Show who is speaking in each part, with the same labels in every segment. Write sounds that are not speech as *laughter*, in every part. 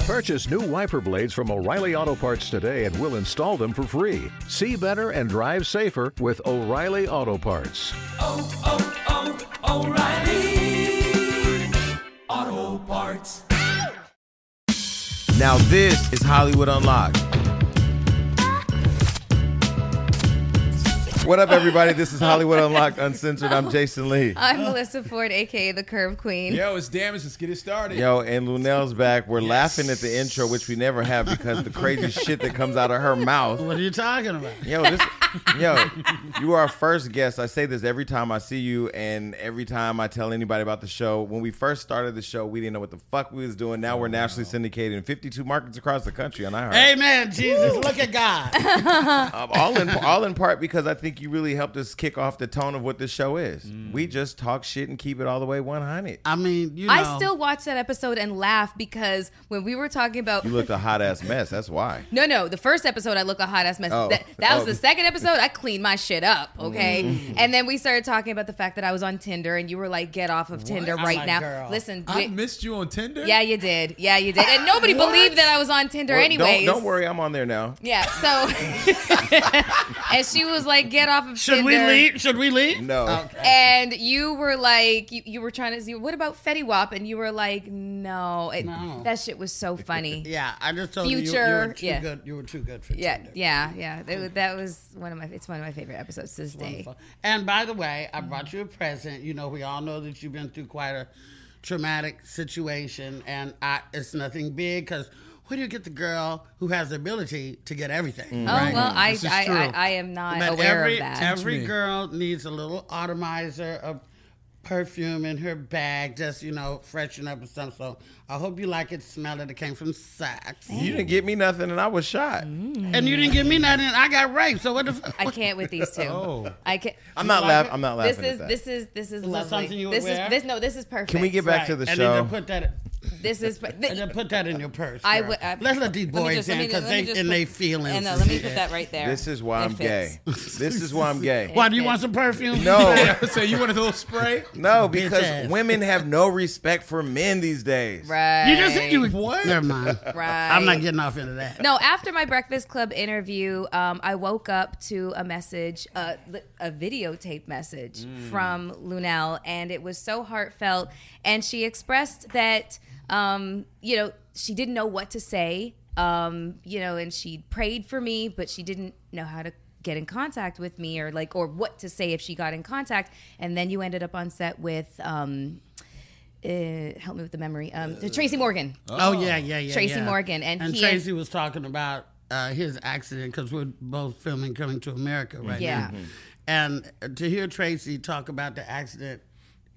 Speaker 1: Purchase new wiper blades from O'Reilly Auto Parts today and we'll install them for free. See better and drive safer with O'Reilly Auto Parts.
Speaker 2: oh, oh, O'Reilly Auto Parts.
Speaker 3: Now this is Hollywood Unlocked. What up, everybody? This is Hollywood Unlocked Uncensored. I'm Jason Lee.
Speaker 4: I'm Melissa Ford, aka the Curve Queen.
Speaker 5: Yo, it's damaged. Let's get it started.
Speaker 3: Yo, and Lunel's back. We're laughing at the intro, which we never have because the crazy shit that comes out of her mouth.
Speaker 6: What are you talking about?
Speaker 3: Yo, this, yo, you are our first guest. I say this every time I see you, and every time I tell anybody about the show. When we first started the show, we didn't know what the fuck we was doing. Now we're nationally syndicated in 52 markets across the country on iHeart.
Speaker 6: Amen, Jesus. Look at *laughs* God.
Speaker 3: Um, all in all in part because I think you really helped us kick off the tone of what this show is. We just talk shit and keep it all the way 100.
Speaker 6: I mean, you know.
Speaker 4: I still watch that episode and laugh because when we were talking about
Speaker 3: You looked a hot ass mess. That's why.
Speaker 4: no, no, the first episode I look a hot ass mess.
Speaker 3: Oh.
Speaker 4: That, that was
Speaker 3: Oh.
Speaker 4: the second episode I cleaned my shit up, okay? And then we started talking about the fact that I was on Tinder and you were like, "Get off of Tinder
Speaker 6: I'm
Speaker 4: right
Speaker 6: like,
Speaker 4: now."
Speaker 6: girl,
Speaker 4: Listen,
Speaker 5: I
Speaker 4: we-
Speaker 5: missed you on Tinder.
Speaker 4: yeah, you did, yeah, you did, and nobody believed that I was on Tinder,
Speaker 3: Well,
Speaker 4: anyways.
Speaker 3: Don't, don't worry, I'm on there now.
Speaker 4: Yeah, so *laughs* and she was like, "Get off of
Speaker 6: should
Speaker 4: Tinder."
Speaker 6: we leave? Should we leave?
Speaker 3: No.
Speaker 4: And you were like, you, you were trying to see, what about Fetty Wap? And you were like, no, it,
Speaker 6: No.
Speaker 4: that shit was
Speaker 6: *laughs*
Speaker 4: so funny. yeah.
Speaker 6: Yeah, I just told you, you you
Speaker 4: Future,
Speaker 6: were too
Speaker 4: yeah.
Speaker 6: good. You were too good for
Speaker 4: Yeah,
Speaker 6: Tinder.
Speaker 4: yeah, That, was- that was one of my. It's one of my favorite episodes to this day.
Speaker 6: Wonderful. And by the way, I brought you a present. You know, we all know that you've been through quite a traumatic situation, and I, it's nothing big because where do you get the girl who has the ability to get everything?
Speaker 5: Mm.
Speaker 4: Oh
Speaker 6: right?
Speaker 4: well, I
Speaker 5: This is
Speaker 4: I,
Speaker 5: true.
Speaker 4: I I am not
Speaker 6: But
Speaker 4: aware
Speaker 6: every,
Speaker 4: of that.
Speaker 6: Every
Speaker 5: me.
Speaker 6: girl needs a little atomizer of perfume in her bag, just you know, freshen up and stuff. So I hope you like it. Smell it. It came from Saks,
Speaker 3: You didn't get me nothing and I was shot.
Speaker 4: Mm-hmm.
Speaker 6: and you didn't give me nothing. I got raped. So what the? Fuck?
Speaker 4: I can't with these two. I can't.
Speaker 3: I'm not laughing. I'm not
Speaker 4: This
Speaker 3: laughing.
Speaker 4: is
Speaker 3: at that.
Speaker 4: this is this is
Speaker 6: Oh. that
Speaker 4: lovely.
Speaker 6: something you would
Speaker 4: This is
Speaker 6: wear?
Speaker 4: this no. This is perfect.
Speaker 3: Can we get back
Speaker 6: Right.
Speaker 3: to the
Speaker 6: and
Speaker 3: show?
Speaker 6: Then to put that.
Speaker 4: This
Speaker 6: *laughs*
Speaker 4: is. per-
Speaker 6: And then put that in your purse.
Speaker 4: I
Speaker 6: girl.
Speaker 4: would- I-
Speaker 6: Let's let these
Speaker 4: Let me
Speaker 6: boys
Speaker 4: just- let
Speaker 6: in
Speaker 4: me-
Speaker 6: because
Speaker 4: let me
Speaker 6: they
Speaker 4: just
Speaker 6: in
Speaker 4: put-
Speaker 6: their feelings.
Speaker 4: and, uh,
Speaker 6: and
Speaker 4: let me
Speaker 6: shit.
Speaker 4: put that right there.
Speaker 3: this is why
Speaker 4: It
Speaker 3: I'm
Speaker 4: fits.
Speaker 3: gay. *laughs* This is why I'm
Speaker 4: *laughs*
Speaker 3: gay.
Speaker 6: Why do you want some perfume?
Speaker 3: No,
Speaker 6: *laughs*
Speaker 5: *laughs* so you wanted a little spray?
Speaker 3: no,
Speaker 6: Bitch
Speaker 3: because
Speaker 6: ass.
Speaker 3: women have no respect for men these days.
Speaker 4: Right.
Speaker 6: you just said you.
Speaker 5: What?
Speaker 6: Never mind.
Speaker 4: Right.
Speaker 6: I'm not getting off into that.
Speaker 4: No, after my Breakfast Club interview, um, I woke up to a message, a, a videotape message from Lunel, and it was so heartfelt. And she expressed that, um, you know, she didn't know what to say, um, you know, and she prayed for me, but she didn't know how to get in contact with me or like, or what to say if she got in contact. And then you ended up on set with, um, uh, help me with the memory, um, Tracy Morgan.
Speaker 6: Oh, yeah, yeah, yeah.
Speaker 4: Tracy
Speaker 6: yeah.
Speaker 4: Morgan, and he-
Speaker 6: Tracy was talking about uh, his accident because we're both filming Coming to America right
Speaker 4: Yeah.
Speaker 6: now. And to hear Tracy talk about the accident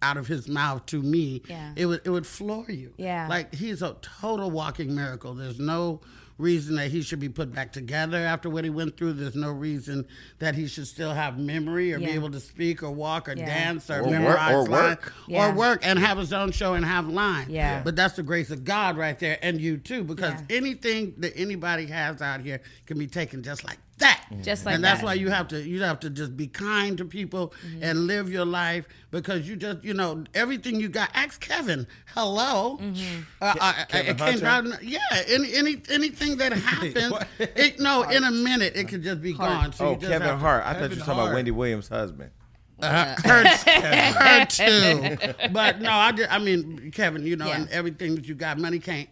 Speaker 6: out of his mouth to me,
Speaker 4: Yeah.
Speaker 6: it would it would floor you.
Speaker 4: Yeah.
Speaker 6: like he's a total walking miracle. There's no reason that he should be put back together after what he went through. There's no reason that he should still have memory or
Speaker 4: Yeah.
Speaker 6: be able to speak or walk or
Speaker 4: Yeah.
Speaker 6: dance or,
Speaker 3: Or work-
Speaker 6: memorize
Speaker 3: or
Speaker 6: lines-
Speaker 3: work.
Speaker 4: Yeah.
Speaker 6: or work and have his own show and have lines.
Speaker 4: Yeah.
Speaker 6: but that's the grace of God right there, and you too, because
Speaker 4: Yeah.
Speaker 6: anything that anybody has out here can be taken just like that.
Speaker 4: Just like
Speaker 6: and
Speaker 4: that.
Speaker 6: that's
Speaker 4: Mm-hmm.
Speaker 6: why you have to you have to just be kind to people and live your life because you just you know everything you got. Ask Kevin. Hello,
Speaker 4: Mm-hmm.
Speaker 6: uh, uh,
Speaker 3: Kevin
Speaker 6: it came
Speaker 3: Hunter?
Speaker 6: down- Yeah, any, any
Speaker 3: *laughs*
Speaker 6: anything that happens,
Speaker 5: what?
Speaker 6: it, no, in a minute it could just be gone. So
Speaker 3: Oh,
Speaker 6: you just
Speaker 3: Kevin
Speaker 6: have to-
Speaker 3: Hart. I thought you were
Speaker 5: Kevin
Speaker 3: talking about
Speaker 5: Hart.
Speaker 3: Wendy Williams' husband.
Speaker 6: her,
Speaker 4: *laughs*
Speaker 6: her too. But no, I, just, I mean, Kevin, you know,
Speaker 4: Yeah.
Speaker 6: and everything that you got, money can't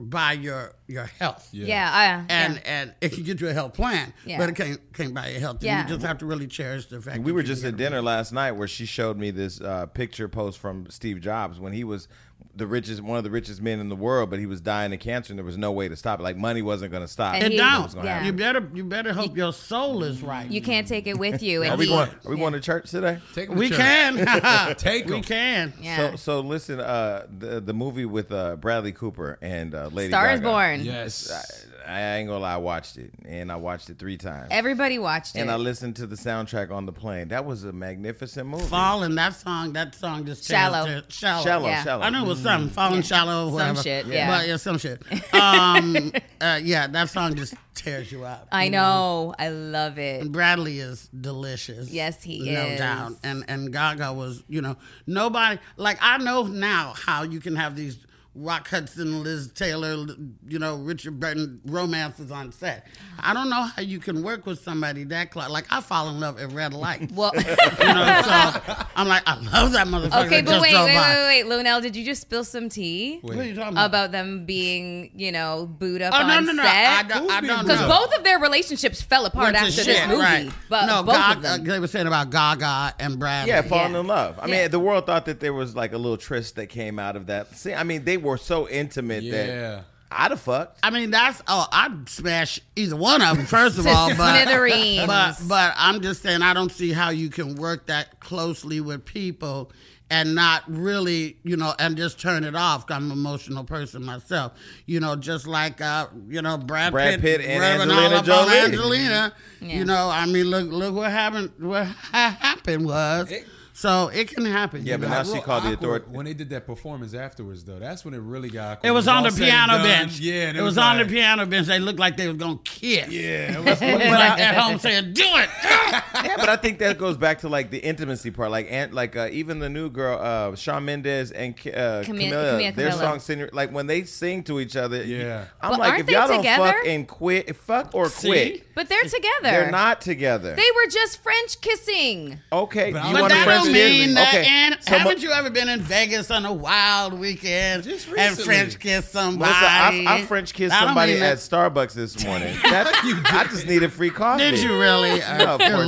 Speaker 6: buy your your health.
Speaker 4: Yeah, I,
Speaker 6: And
Speaker 4: yeah.
Speaker 6: and it can get you a health plan,
Speaker 4: Yeah.
Speaker 6: but it can't can't buy your health.
Speaker 4: Yeah.
Speaker 6: You just have to really cherish the fact.
Speaker 3: We
Speaker 6: that
Speaker 3: were
Speaker 6: you
Speaker 3: just
Speaker 6: can
Speaker 3: at dinner last night where she showed me this uh, picture post from Steve Jobs when he was the richest, one of the richest men in the world, but he was dying of cancer and there was no way to stop it. Like money wasn't going to stop.
Speaker 4: And
Speaker 6: get-
Speaker 4: he-
Speaker 6: It
Speaker 4: was
Speaker 6: don't.
Speaker 4: gonna happen.
Speaker 6: You better you better hope your soul is right.
Speaker 4: You can't take it with you. And
Speaker 3: are we
Speaker 4: he-
Speaker 3: going? Are we
Speaker 4: yeah.
Speaker 3: going to church today?
Speaker 5: Take 'em to
Speaker 6: we
Speaker 5: church.
Speaker 6: can
Speaker 5: *laughs*
Speaker 6: *laughs*
Speaker 5: Take 'em.
Speaker 6: We can.
Speaker 4: Yeah.
Speaker 3: So, so listen. Uh, the the movie with uh, Bradley Cooper and uh, Lady
Speaker 4: Star is
Speaker 3: Gaga.
Speaker 4: Born.
Speaker 5: Yes.
Speaker 3: I ain't gonna lie. I watched it and I watched it three times.
Speaker 4: Everybody watched it.
Speaker 3: and I listened to the soundtrack on the plane. That was a magnificent movie.
Speaker 6: Falling that song. That song just
Speaker 4: Shallow.
Speaker 6: tells it- shallow.
Speaker 3: Shallow,
Speaker 4: Yeah.
Speaker 3: shallow.
Speaker 6: I knew it was something. Falling shallow. Or whatever.
Speaker 4: shit, yeah.
Speaker 6: But yeah, some
Speaker 4: *laughs*
Speaker 6: shit. Um, uh, yeah, that song just tears you up.
Speaker 4: I know. I love it.
Speaker 6: Bradley is delicious.
Speaker 4: Yes, he
Speaker 6: no
Speaker 4: is.
Speaker 6: doubt. And and Gaga was, you know, nobody like I know now how you can have these Rock Hudson, Liz Taylor, you know, Richard Burton romances on set. I don't know how you can work with somebody that close. Like I fall in love at red lights. *laughs*
Speaker 4: Well, *laughs*
Speaker 6: You know, so I'm like, I love that motherfucker.
Speaker 4: okay,
Speaker 6: that
Speaker 4: but
Speaker 6: just
Speaker 4: wait,
Speaker 6: drove
Speaker 4: wait,
Speaker 6: by.
Speaker 4: wait, wait, Lunel, did you just spill some tea
Speaker 6: What are you talking about?
Speaker 4: about them being, you know, booed up
Speaker 6: Oh
Speaker 4: on
Speaker 6: no, no, no! I
Speaker 4: set?
Speaker 6: don't, I
Speaker 5: Who's being
Speaker 6: don't
Speaker 4: Because
Speaker 6: know.
Speaker 4: both of their relationships fell apart
Speaker 6: Went to
Speaker 4: after this
Speaker 6: shit,
Speaker 4: movie.
Speaker 6: right.
Speaker 4: But
Speaker 6: no, uh,
Speaker 4: both
Speaker 6: Gaga,
Speaker 4: of them.
Speaker 6: they were saying about Gaga and Bradley.
Speaker 3: Yeah, falling
Speaker 4: Yeah.
Speaker 3: in love. I
Speaker 4: Yeah.
Speaker 3: mean, the world thought that there was like a little tryst that came out of that. See, I mean, they were so intimate
Speaker 5: Yeah.
Speaker 3: that I'd have fucked.
Speaker 6: I mean, that's oh, I'd smash either one of them first
Speaker 4: *laughs*
Speaker 6: of all, but
Speaker 4: smithereens.
Speaker 6: but but I'm just saying I don't see how you can work that closely with people and not really, you know, and just turn it off. 'cause I'm an emotional person myself, you know, just like uh, you know, Brad,
Speaker 3: Brad Pitt and
Speaker 6: rubbing
Speaker 3: Angelina
Speaker 6: all up on
Speaker 3: Jolie.
Speaker 6: Angelina.
Speaker 4: Yeah.
Speaker 6: You know, I mean, look look what happened. What *laughs* ha- happened was. so it can happen.
Speaker 3: Yeah,
Speaker 6: you
Speaker 3: but
Speaker 6: know?
Speaker 3: now
Speaker 5: Got
Speaker 3: she
Speaker 5: real
Speaker 3: called the
Speaker 5: awkward
Speaker 3: authority-
Speaker 5: When they did that performance afterwards, though, that's when it really got awkward.
Speaker 6: It was
Speaker 5: When
Speaker 6: on
Speaker 5: all
Speaker 6: the
Speaker 5: said and
Speaker 6: piano
Speaker 5: done,
Speaker 6: bench.
Speaker 5: Yeah, and
Speaker 6: it was on the
Speaker 5: like-
Speaker 6: piano bench. They looked like they was gonna kiss. *laughs*
Speaker 5: Yeah, it was,
Speaker 6: We were like at home saying, "Do it."
Speaker 3: yeah, but I think that goes back to like the intimacy part. Like, and like uh, even the new girl, uh, Shawn Mendes and Ca- uh,
Speaker 4: Camila-
Speaker 3: Camila,
Speaker 4: Camila
Speaker 3: their
Speaker 4: Cabello.
Speaker 3: song, Senor- like when they sing to each other. you-
Speaker 5: Yeah.
Speaker 3: I'm
Speaker 4: But
Speaker 3: like,
Speaker 4: aren't
Speaker 3: if
Speaker 4: they
Speaker 3: y'all
Speaker 4: together?
Speaker 3: don't fuck and quit, fuck or
Speaker 6: See?
Speaker 3: quit.
Speaker 4: But they're together.
Speaker 3: They're not together.
Speaker 4: They were just French kissing.
Speaker 3: okay,
Speaker 5: But
Speaker 3: you
Speaker 5: I'm-
Speaker 6: But
Speaker 5: wanna
Speaker 3: want
Speaker 6: that
Speaker 3: to
Speaker 6: don't
Speaker 3: French kiss
Speaker 6: mean
Speaker 3: me?
Speaker 6: that.
Speaker 3: Okay,
Speaker 6: And
Speaker 3: so my-
Speaker 6: haven't you ever been in Vegas on a wild weekend
Speaker 5: Just
Speaker 6: and
Speaker 5: recently.
Speaker 6: French kiss somebody?
Speaker 3: Melissa, I, I French kissed
Speaker 6: I don't
Speaker 3: somebody
Speaker 6: mean
Speaker 3: at
Speaker 6: that.
Speaker 3: Starbucks
Speaker 6: *laughs*
Speaker 3: this morning. That, I just needed free coffee.
Speaker 6: Did you really?
Speaker 3: *laughs* No, of
Speaker 6: You're
Speaker 3: course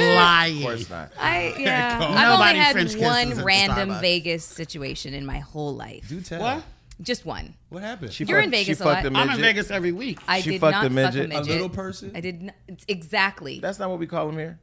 Speaker 3: Not.
Speaker 6: lying.
Speaker 3: Of course not.
Speaker 4: I yeah.
Speaker 5: Come on.
Speaker 4: I've
Speaker 6: Nobody French
Speaker 4: only had
Speaker 6: kisses at the
Speaker 4: one random
Speaker 6: Starbucks.
Speaker 4: Vegas situation in my whole life.
Speaker 5: Do tell.
Speaker 6: What?
Speaker 4: Just one.
Speaker 5: What happened?
Speaker 3: She
Speaker 4: You're
Speaker 3: fucked-
Speaker 4: in Vegas
Speaker 3: she
Speaker 4: a
Speaker 3: fucked
Speaker 4: lot.
Speaker 3: a midget.
Speaker 6: I'm in Vegas every week.
Speaker 4: I
Speaker 3: She
Speaker 4: did
Speaker 3: fucked
Speaker 4: not
Speaker 3: a midget. A
Speaker 4: fuck a midget.
Speaker 5: little person?
Speaker 4: I did not. Exactly.
Speaker 3: That's not what we call them here.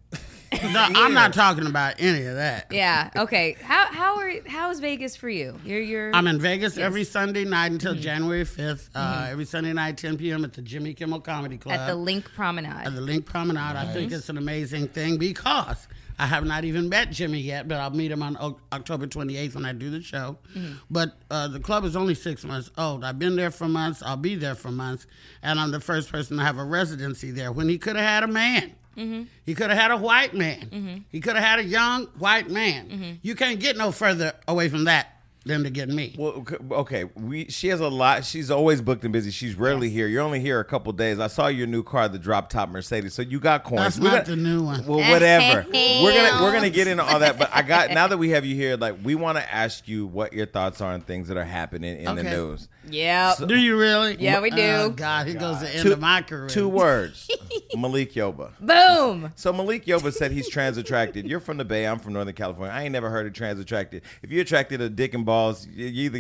Speaker 6: No, I'm not talking about any of that.
Speaker 3: *laughs*
Speaker 4: yeah. Okay. How how are how is Vegas for you? You're you're.
Speaker 6: I'm in Vegas every Sunday night until
Speaker 4: Mm-hmm.
Speaker 6: January 5th. Uh, Every Sunday night, 10 p.m. at the Jimmy Kimmel Comedy Club.
Speaker 4: at the Link Promenade.
Speaker 6: at the Link Promenade. I think it's an amazing thing because I have not even met Jimmy yet, but I'll meet him on o- October 28th when I do the show.
Speaker 4: Mm-hmm.
Speaker 6: But uh, the club is only six months old. I've been there for months. I'll be there for months, and I'm the first person to have a residency there when he could have had a man.
Speaker 4: Mm-hmm.
Speaker 6: He could have had a white man. He could have had a young white man.
Speaker 4: Mm-hmm.
Speaker 6: You can't get no further away from that than to get me.
Speaker 3: Well, c- okay. We she has a lot. She's always booked and busy. She's rarely here. You're only here a couple days. I saw your new car, the drop top Mercedes. So you got coins.
Speaker 6: That's
Speaker 3: We're
Speaker 6: not
Speaker 3: gonna-
Speaker 6: the new one.
Speaker 3: Well, whatever.
Speaker 4: *laughs*
Speaker 3: we're gonna we're gonna get into all that. But I got now that we have you here, like we want to ask you what your thoughts are on things that are happening in the
Speaker 6: Okay.
Speaker 3: news.
Speaker 4: yeah.
Speaker 6: do you really?
Speaker 4: Yeah, we do.
Speaker 6: Oh, God, here goes the end
Speaker 3: Two-
Speaker 6: of my career.
Speaker 3: Two words, Malik Yoba.
Speaker 4: Boom.
Speaker 3: So Malik Yoba said he's trans attracted. You're from the Bay. I'm from Northern California. I ain't never heard of trans attracted. If you're attracted to dick and balls, you you either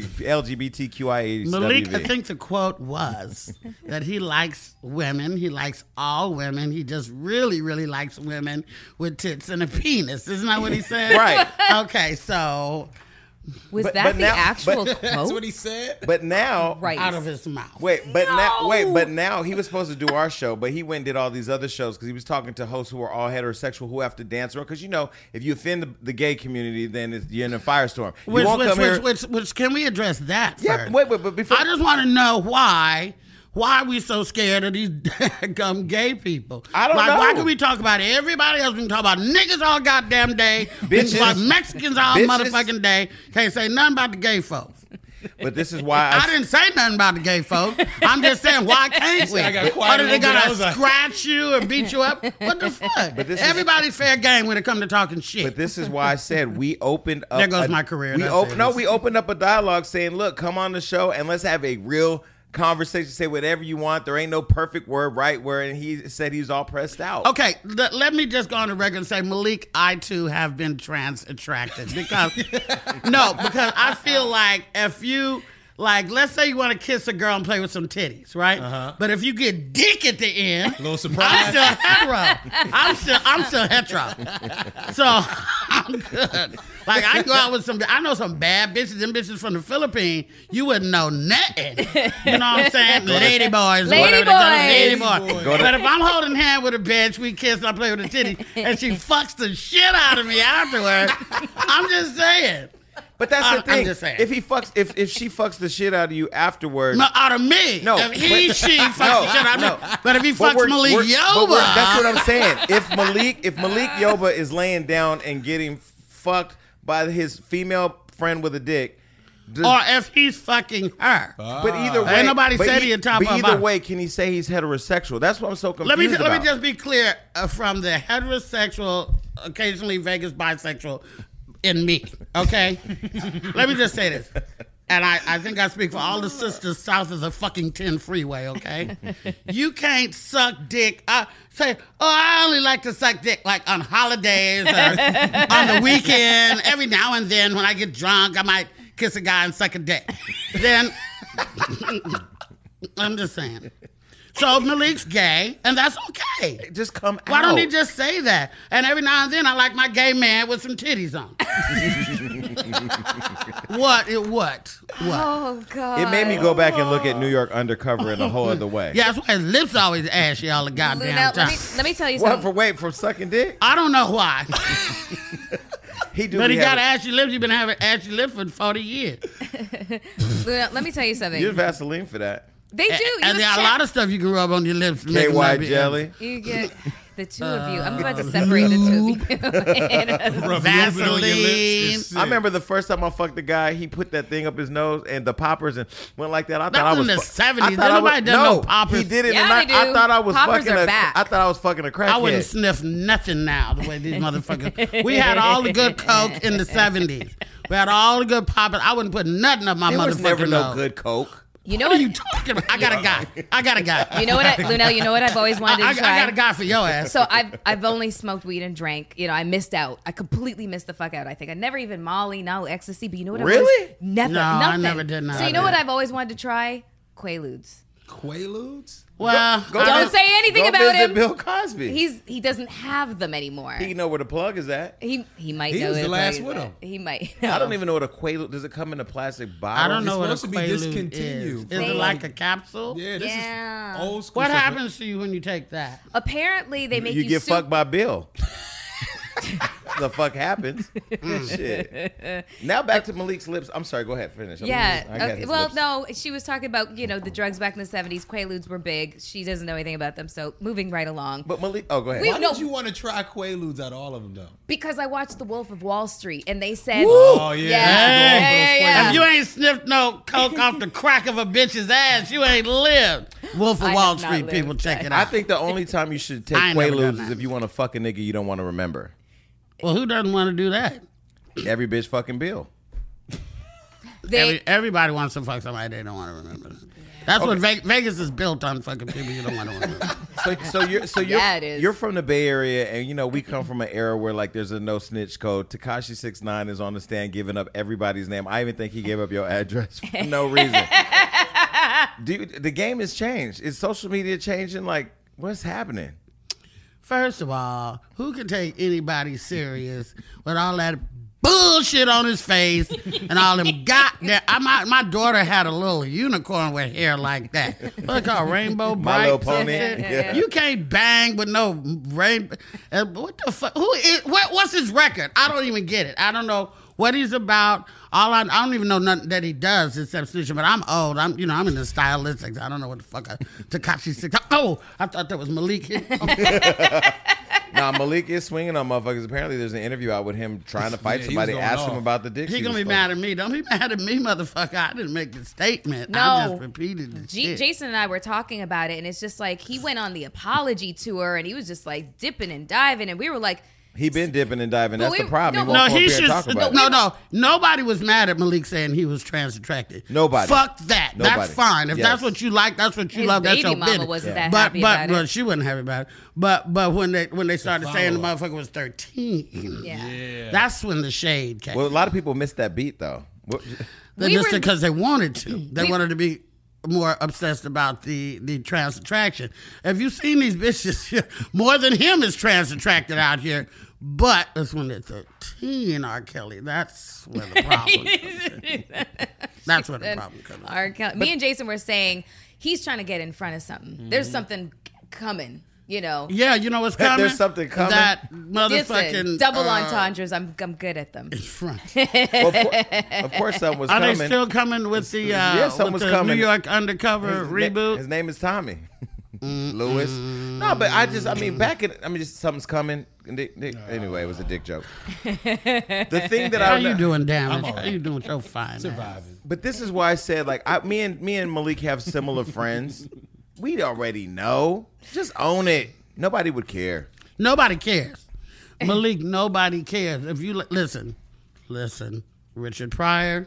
Speaker 3: LGBTQIA.
Speaker 6: Malik, I think the
Speaker 3: *laughs*
Speaker 6: quote was that he likes women. He likes all women. He just really, really likes women with tits and a penis. Isn't that what he said?
Speaker 3: Right.
Speaker 6: Okay, so
Speaker 4: Was
Speaker 3: But-
Speaker 4: that
Speaker 3: but
Speaker 4: the
Speaker 3: now-
Speaker 4: actual
Speaker 3: but- *laughs*
Speaker 5: That's
Speaker 4: quote?
Speaker 5: what he said.
Speaker 3: But now,
Speaker 4: right.
Speaker 6: out of his mouth.
Speaker 3: Wait, but now, wait,
Speaker 4: No.
Speaker 3: but now he was supposed to do our show, but he went and did all these other shows because he was talking to hosts who are all heterosexual who have to dance around. Because you know, if you offend the, the gay community, then it's, you're in a firestorm. You
Speaker 6: Which,
Speaker 3: won't
Speaker 6: which,
Speaker 3: come
Speaker 6: which,
Speaker 3: here.
Speaker 6: which, which, can we address that?
Speaker 3: Yeah,
Speaker 6: first?
Speaker 3: wait, wait, but before-
Speaker 6: I just want to know why. Why are we so scared of these *laughs* gum gay people?
Speaker 3: I don't
Speaker 6: like, Why
Speaker 3: know.
Speaker 6: can we talk about everybody else? We can talk about niggas all goddamn day, we can
Speaker 3: Bitches.
Speaker 6: talk about Mexicans all
Speaker 3: Bitches.
Speaker 6: motherfucking day. Can't say nothing about the gay folks.
Speaker 3: but this is why
Speaker 6: I
Speaker 3: I,
Speaker 6: didn't say nothing about the gay folk. I'm just
Speaker 3: *laughs*
Speaker 6: saying, why can't we?
Speaker 5: I got
Speaker 6: Are
Speaker 5: quiet a
Speaker 6: they
Speaker 5: little bit. I
Speaker 6: gonna
Speaker 5: was like-
Speaker 6: scratch you and beat
Speaker 5: *laughs*
Speaker 6: you up? What the fuck?
Speaker 3: this is-
Speaker 6: Everybody's fair game when it comes to talking shit.
Speaker 3: But this is why I said we opened up.
Speaker 6: There goes
Speaker 3: a-
Speaker 6: my career.
Speaker 3: We
Speaker 6: That's
Speaker 3: op-
Speaker 6: it.
Speaker 3: no, we opened up a dialogue saying, "Look, come on the show and let's have a real conversation. Say whatever you want. There ain't no perfect word, right word." And he said he was all pressed out.
Speaker 6: Okay, le- let me just go on the record and say, Malik, I too have been trans attracted because no, because I feel like if you like, let's say you want to kiss a girl and play with some titties, right? But if you get dick at the end,
Speaker 5: Little
Speaker 6: I'm
Speaker 5: surprise.
Speaker 6: still hetero. I'm still I'm still hetero. So *laughs* I'm good. Like I go out with some I know some bad bitches, them bitches from the Philippines, you wouldn't know nothing. You know what I'm saying? Lady boys, whatever they call them,
Speaker 4: Lady
Speaker 6: lady
Speaker 4: boys.
Speaker 6: boys.
Speaker 3: Go to-
Speaker 6: But if I'm holding hand with a bitch, we kiss, I play with a titty, and she fucks the shit out of me afterward. I'm just saying.
Speaker 3: But that's
Speaker 6: I'm-
Speaker 3: the
Speaker 6: I'm
Speaker 3: thing.
Speaker 6: just saying.
Speaker 3: If he fucks, if if she fucks the shit out of you afterwards,
Speaker 6: No, out of me.
Speaker 3: No,
Speaker 6: If he,
Speaker 3: but-
Speaker 6: she fucks the
Speaker 3: *laughs* no,
Speaker 6: shit out of me.
Speaker 3: no.
Speaker 6: But if he
Speaker 3: But
Speaker 6: fucks Malik
Speaker 3: but we're- That's what
Speaker 6: Yoba,
Speaker 3: I'm
Speaker 6: *laughs*
Speaker 3: saying. If Malik, if Malik Yoba is laying down and getting fucked by his female friend with a dick,
Speaker 6: or if he's fucking her.
Speaker 3: But either way,
Speaker 6: Uh, Ain't nobody
Speaker 3: but e-
Speaker 6: said he a top
Speaker 3: But
Speaker 6: or
Speaker 3: either
Speaker 6: bottom.
Speaker 3: way, can he say he's heterosexual? That's what I'm so confused
Speaker 6: let me let
Speaker 3: about.
Speaker 6: me just be clear uh, from the heterosexual, occasionally Vegas bisexual in me. Okay, *laughs* let me just say this, and I, I think I speak for all the sisters south of the fucking ten freeway. Okay, *laughs* you can't suck dick. Uh, say, oh, I only like to suck dick like on
Speaker 3: *laughs*
Speaker 6: holidays or on the weekend. Every now and then, when I get drunk, I might kiss a guy and suck a dick. Then. *laughs* I'm just saying. So Malik's gay, and that's okay.
Speaker 3: Just come
Speaker 6: Why
Speaker 3: out.
Speaker 6: don't he just say that? And every now and then, I like my gay man with some titties on. what? It what? What?
Speaker 4: Oh God!
Speaker 3: It made me go back and look at New York Undercover in a whole other way.
Speaker 6: Oh. *laughs* Yeah, that's why his lips always ashy all the goddamn
Speaker 4: Luna, let
Speaker 6: time.
Speaker 4: me let me tell you
Speaker 3: What for?
Speaker 4: something.
Speaker 3: Wait, from sucking dick?
Speaker 6: I don't know why,
Speaker 3: He do.
Speaker 6: but
Speaker 3: be
Speaker 6: he got
Speaker 3: having-
Speaker 6: ashy lips. He's been having ashy lips for forty years.
Speaker 4: Luna, let me tell you something.
Speaker 3: Use Vaseline for that.
Speaker 4: they do. You
Speaker 6: and there are a
Speaker 4: check-
Speaker 6: lot of stuff you can rub on your lips. to make them not
Speaker 3: KY
Speaker 6: be-
Speaker 3: jelly.
Speaker 4: You get the two of you. I'm
Speaker 6: *laughs*
Speaker 4: about to separate the two of you.
Speaker 5: Rub a little bit on your
Speaker 6: Vaseline.
Speaker 5: lips. That's
Speaker 3: I
Speaker 5: it.
Speaker 3: remember the first time I fucked a guy, he put that thing up his nose and the poppers and went like that. I
Speaker 6: That
Speaker 3: thought I
Speaker 6: was
Speaker 3: was
Speaker 6: in the
Speaker 3: fu-
Speaker 6: 70s.
Speaker 3: I thought I
Speaker 6: Nobody
Speaker 3: was-
Speaker 6: done
Speaker 3: no,
Speaker 6: no poppers.
Speaker 3: He did it,
Speaker 4: Yeah,
Speaker 3: and
Speaker 4: they
Speaker 3: I, I
Speaker 4: do.
Speaker 3: thought I was
Speaker 4: Poppers
Speaker 3: fucking.
Speaker 4: are
Speaker 3: A,
Speaker 4: back.
Speaker 3: I thought I was fucking a crackhead.
Speaker 6: I wouldn't sniff nothing now the way
Speaker 5: *laughs*
Speaker 6: these motherfuckers. we had all the good coke in the seventies. We had all the good poppers. I wouldn't put nothing up my
Speaker 3: There
Speaker 6: motherfucking
Speaker 3: was never no
Speaker 6: nose.
Speaker 3: good coke.
Speaker 4: *laughs* You know
Speaker 6: What
Speaker 4: what?
Speaker 6: are you
Speaker 4: You,
Speaker 6: talking about? I got a
Speaker 5: *laughs*
Speaker 6: guy. I got a guy.
Speaker 4: know what, I, Luna? You know what? I've always wanted
Speaker 6: I, I
Speaker 4: to try.
Speaker 6: got a guy for your ass.
Speaker 4: So I've I've only smoked weed and drank. You know, I missed out. I completely missed the fuck out. I think I never even Molly, no ecstasy. But you know what? I
Speaker 3: Really?
Speaker 4: always, never.
Speaker 6: No, I
Speaker 4: nothing.
Speaker 6: never did none
Speaker 4: So you
Speaker 6: of
Speaker 4: know what?
Speaker 6: that.
Speaker 4: I've always wanted to try Quaaludes.
Speaker 5: Quaaludes?
Speaker 6: well,
Speaker 3: Go
Speaker 6: I
Speaker 4: Don't
Speaker 3: vis-
Speaker 4: say anything
Speaker 3: go
Speaker 4: about
Speaker 3: visit
Speaker 4: him.
Speaker 3: Bill Cosby.
Speaker 4: He's he doesn't have them anymore.
Speaker 3: he
Speaker 4: He
Speaker 3: know where the plug is at.
Speaker 4: he, might
Speaker 5: He
Speaker 4: know
Speaker 5: was
Speaker 4: it,
Speaker 5: the
Speaker 4: but
Speaker 5: last
Speaker 4: he-
Speaker 5: with 'em.
Speaker 4: He might.
Speaker 3: I don't even know what a quaalude. Does it come in a plastic bottle?
Speaker 6: I don't know what a
Speaker 5: supposed to be
Speaker 6: Quaalude is.
Speaker 5: discontinued
Speaker 6: Is it
Speaker 5: from,
Speaker 6: like
Speaker 5: like-
Speaker 6: a capsule?
Speaker 5: Yeah, this
Speaker 4: Yeah.
Speaker 5: is old school.
Speaker 6: What
Speaker 5: stuff.
Speaker 6: happens to you when you take that?
Speaker 4: Apparently, they make
Speaker 3: you,
Speaker 4: you,
Speaker 3: get
Speaker 4: soup-
Speaker 3: fucked by Bill. the fuck happens? Shit. Now back to Malik's lips. I'm sorry. Go ahead. Finish. I'm
Speaker 4: Yeah.
Speaker 3: gonna- I got
Speaker 4: okay,
Speaker 3: his
Speaker 4: Well,
Speaker 3: lips.
Speaker 4: no, she was talking about you know the drugs back in the seventies. Quaaludes were big. She doesn't know anything about them. So moving right along.
Speaker 3: But Malik. Oh, go ahead.
Speaker 4: We-
Speaker 5: Why
Speaker 4: No.
Speaker 5: would you want to try Quaaludes out of all of them, though?
Speaker 4: because I watched The Wolf of Wall Street, and they said,
Speaker 5: Oh, yeah.
Speaker 4: yeah,
Speaker 5: That's going
Speaker 4: yeah, yeah,
Speaker 5: for a
Speaker 4: yeah.
Speaker 6: If you ain't sniffed no coke
Speaker 5: *laughs*
Speaker 6: off the crack of a bitch's ass, you ain't lived. Wolf of
Speaker 4: I
Speaker 6: Wall
Speaker 4: have not
Speaker 6: Street
Speaker 4: lived.
Speaker 6: people, check it
Speaker 3: I
Speaker 6: out.
Speaker 3: think the only time you should take
Speaker 6: I ain't never done
Speaker 3: Quaaludes
Speaker 6: that.
Speaker 3: is if you want to fuck a nigga you don't want to remember.
Speaker 6: Well, who doesn't want to do that?
Speaker 3: Every bitch fucking Bill.
Speaker 4: They-
Speaker 6: Every, everybody wants to fuck somebody they don't want to remember. That's what Vegas, Vegas is built on fucking people you don't want to remember.
Speaker 3: So, so you're
Speaker 4: *laughs*
Speaker 3: so you're
Speaker 4: Yeah, it is.
Speaker 3: you're from the Bay Area, and you know we come from an era where like there's a no snitch code. Takashi 69 is on the stand giving up everybody's name. I even think he gave up your address
Speaker 4: *laughs*
Speaker 3: for no reason. Dude, the game has changed. Is social media changing? Like, what's happening?
Speaker 6: First of all, who can take anybody serious with all that bullshit on his face and all them goddamn? I, my, my daughter had a little unicorn with hair like that. What's it called? Rainbow
Speaker 3: My Little
Speaker 6: Bright?
Speaker 3: Pony?
Speaker 6: some shit?
Speaker 3: Yeah.
Speaker 6: You can't bang with no rainbow. Uh, what the fuck? Who is? What, what's his record? I don't even get it. I don't know what he's about. All I, I don't even know nothing that he does except snitching. But I'm old. I'm you know I'm in the stylistics. I don't know what the fuck I, Takashi six. Oh, I thought that was Malik.
Speaker 3: *laughs* Now Malik is swinging on motherfuckers. Apparently, the's an interview out with him trying to
Speaker 5: Yeah,
Speaker 3: fight
Speaker 5: he was
Speaker 3: somebody.
Speaker 5: going
Speaker 3: Ask him
Speaker 5: off.
Speaker 3: about the dick.
Speaker 6: He
Speaker 3: she
Speaker 6: gonna
Speaker 3: was
Speaker 6: be
Speaker 3: fucking.
Speaker 6: mad at me. Don't be mad at me, motherfucker. I didn't make the statement. I
Speaker 4: No.
Speaker 6: just repeated the
Speaker 4: G-
Speaker 6: shit.
Speaker 4: Jason and I were talking about it, and it's just like he went on the apology tour, and he was just like dipping and diving, and we were like,
Speaker 3: He been dipping and diving.
Speaker 4: But
Speaker 3: That's
Speaker 4: we-
Speaker 3: the problem. he
Speaker 4: no,
Speaker 6: no,
Speaker 3: won't come
Speaker 6: he
Speaker 3: up here
Speaker 6: should.
Speaker 3: and talk
Speaker 6: No,
Speaker 3: about
Speaker 6: no,
Speaker 3: it.
Speaker 6: no. Nobody was mad at Malik saying he was trans attracted.
Speaker 3: Nobody.
Speaker 6: Fuck that.
Speaker 3: Nobody.
Speaker 6: That's fine. If
Speaker 3: Yes.
Speaker 6: that's what you like, that's what you
Speaker 4: His
Speaker 6: love. That's
Speaker 4: baby
Speaker 6: your
Speaker 4: mama
Speaker 6: business.
Speaker 4: wasn't that
Speaker 6: but,
Speaker 4: happy
Speaker 6: but,
Speaker 4: about
Speaker 6: but
Speaker 4: it.
Speaker 6: she wasn't happy about it. But but when they when they started saying the motherfucker was thirteen,
Speaker 4: yeah.
Speaker 6: that's when the shade came.
Speaker 3: Well, a lot of people missed that beat though.
Speaker 4: *laughs*
Speaker 3: What-
Speaker 6: They
Speaker 4: We
Speaker 6: just
Speaker 4: were-
Speaker 6: because they wanted
Speaker 4: *clears throat*
Speaker 6: to. They
Speaker 4: We-
Speaker 6: wanted to be more obsessed about the the trans attraction. Have you seen these bitches? *laughs* more than him is trans attracted out here. But that's when they're 13, R. Kelly. That's where the problem
Speaker 4: *laughs*
Speaker 6: comes in. That's where the problem comes in.
Speaker 4: R. Kelly. Me and Jason were saying he's trying to get in front of something. There's something c- coming, you know.
Speaker 6: Yeah, Mm-hmm. you know what's coming?
Speaker 3: There's something coming.
Speaker 6: That
Speaker 4: Listen,
Speaker 6: motherfucking.
Speaker 4: double
Speaker 6: uh,
Speaker 4: entendres. I'm I'm good at them. *laughs*
Speaker 6: *laughs* front.
Speaker 3: well, of, course, of course, something was
Speaker 6: Are they
Speaker 3: coming.
Speaker 6: still coming with the, uh,
Speaker 3: Yeah, something
Speaker 6: with
Speaker 3: was
Speaker 6: the
Speaker 3: coming.
Speaker 6: New York undercover
Speaker 3: His na-
Speaker 6: reboot?
Speaker 3: *laughs*
Speaker 6: Mm-hmm.
Speaker 3: his name is Tommy Lewis. No, but I just, I mean, back in, I mean, just something's coming. dick, dick. Anyway, it was a dick
Speaker 6: *laughs*
Speaker 3: joke. the thing that
Speaker 6: How
Speaker 3: I
Speaker 6: you doing damage?
Speaker 5: I'm all
Speaker 6: How you doing so fine?
Speaker 5: Surviving.
Speaker 3: But this is why I said like I, me and me and Malik have similar friends. We already know. Just own it. Nobody would care.
Speaker 6: Nobody cares. Malik, nobody cares. If you li- listen, listen, Richard Pryor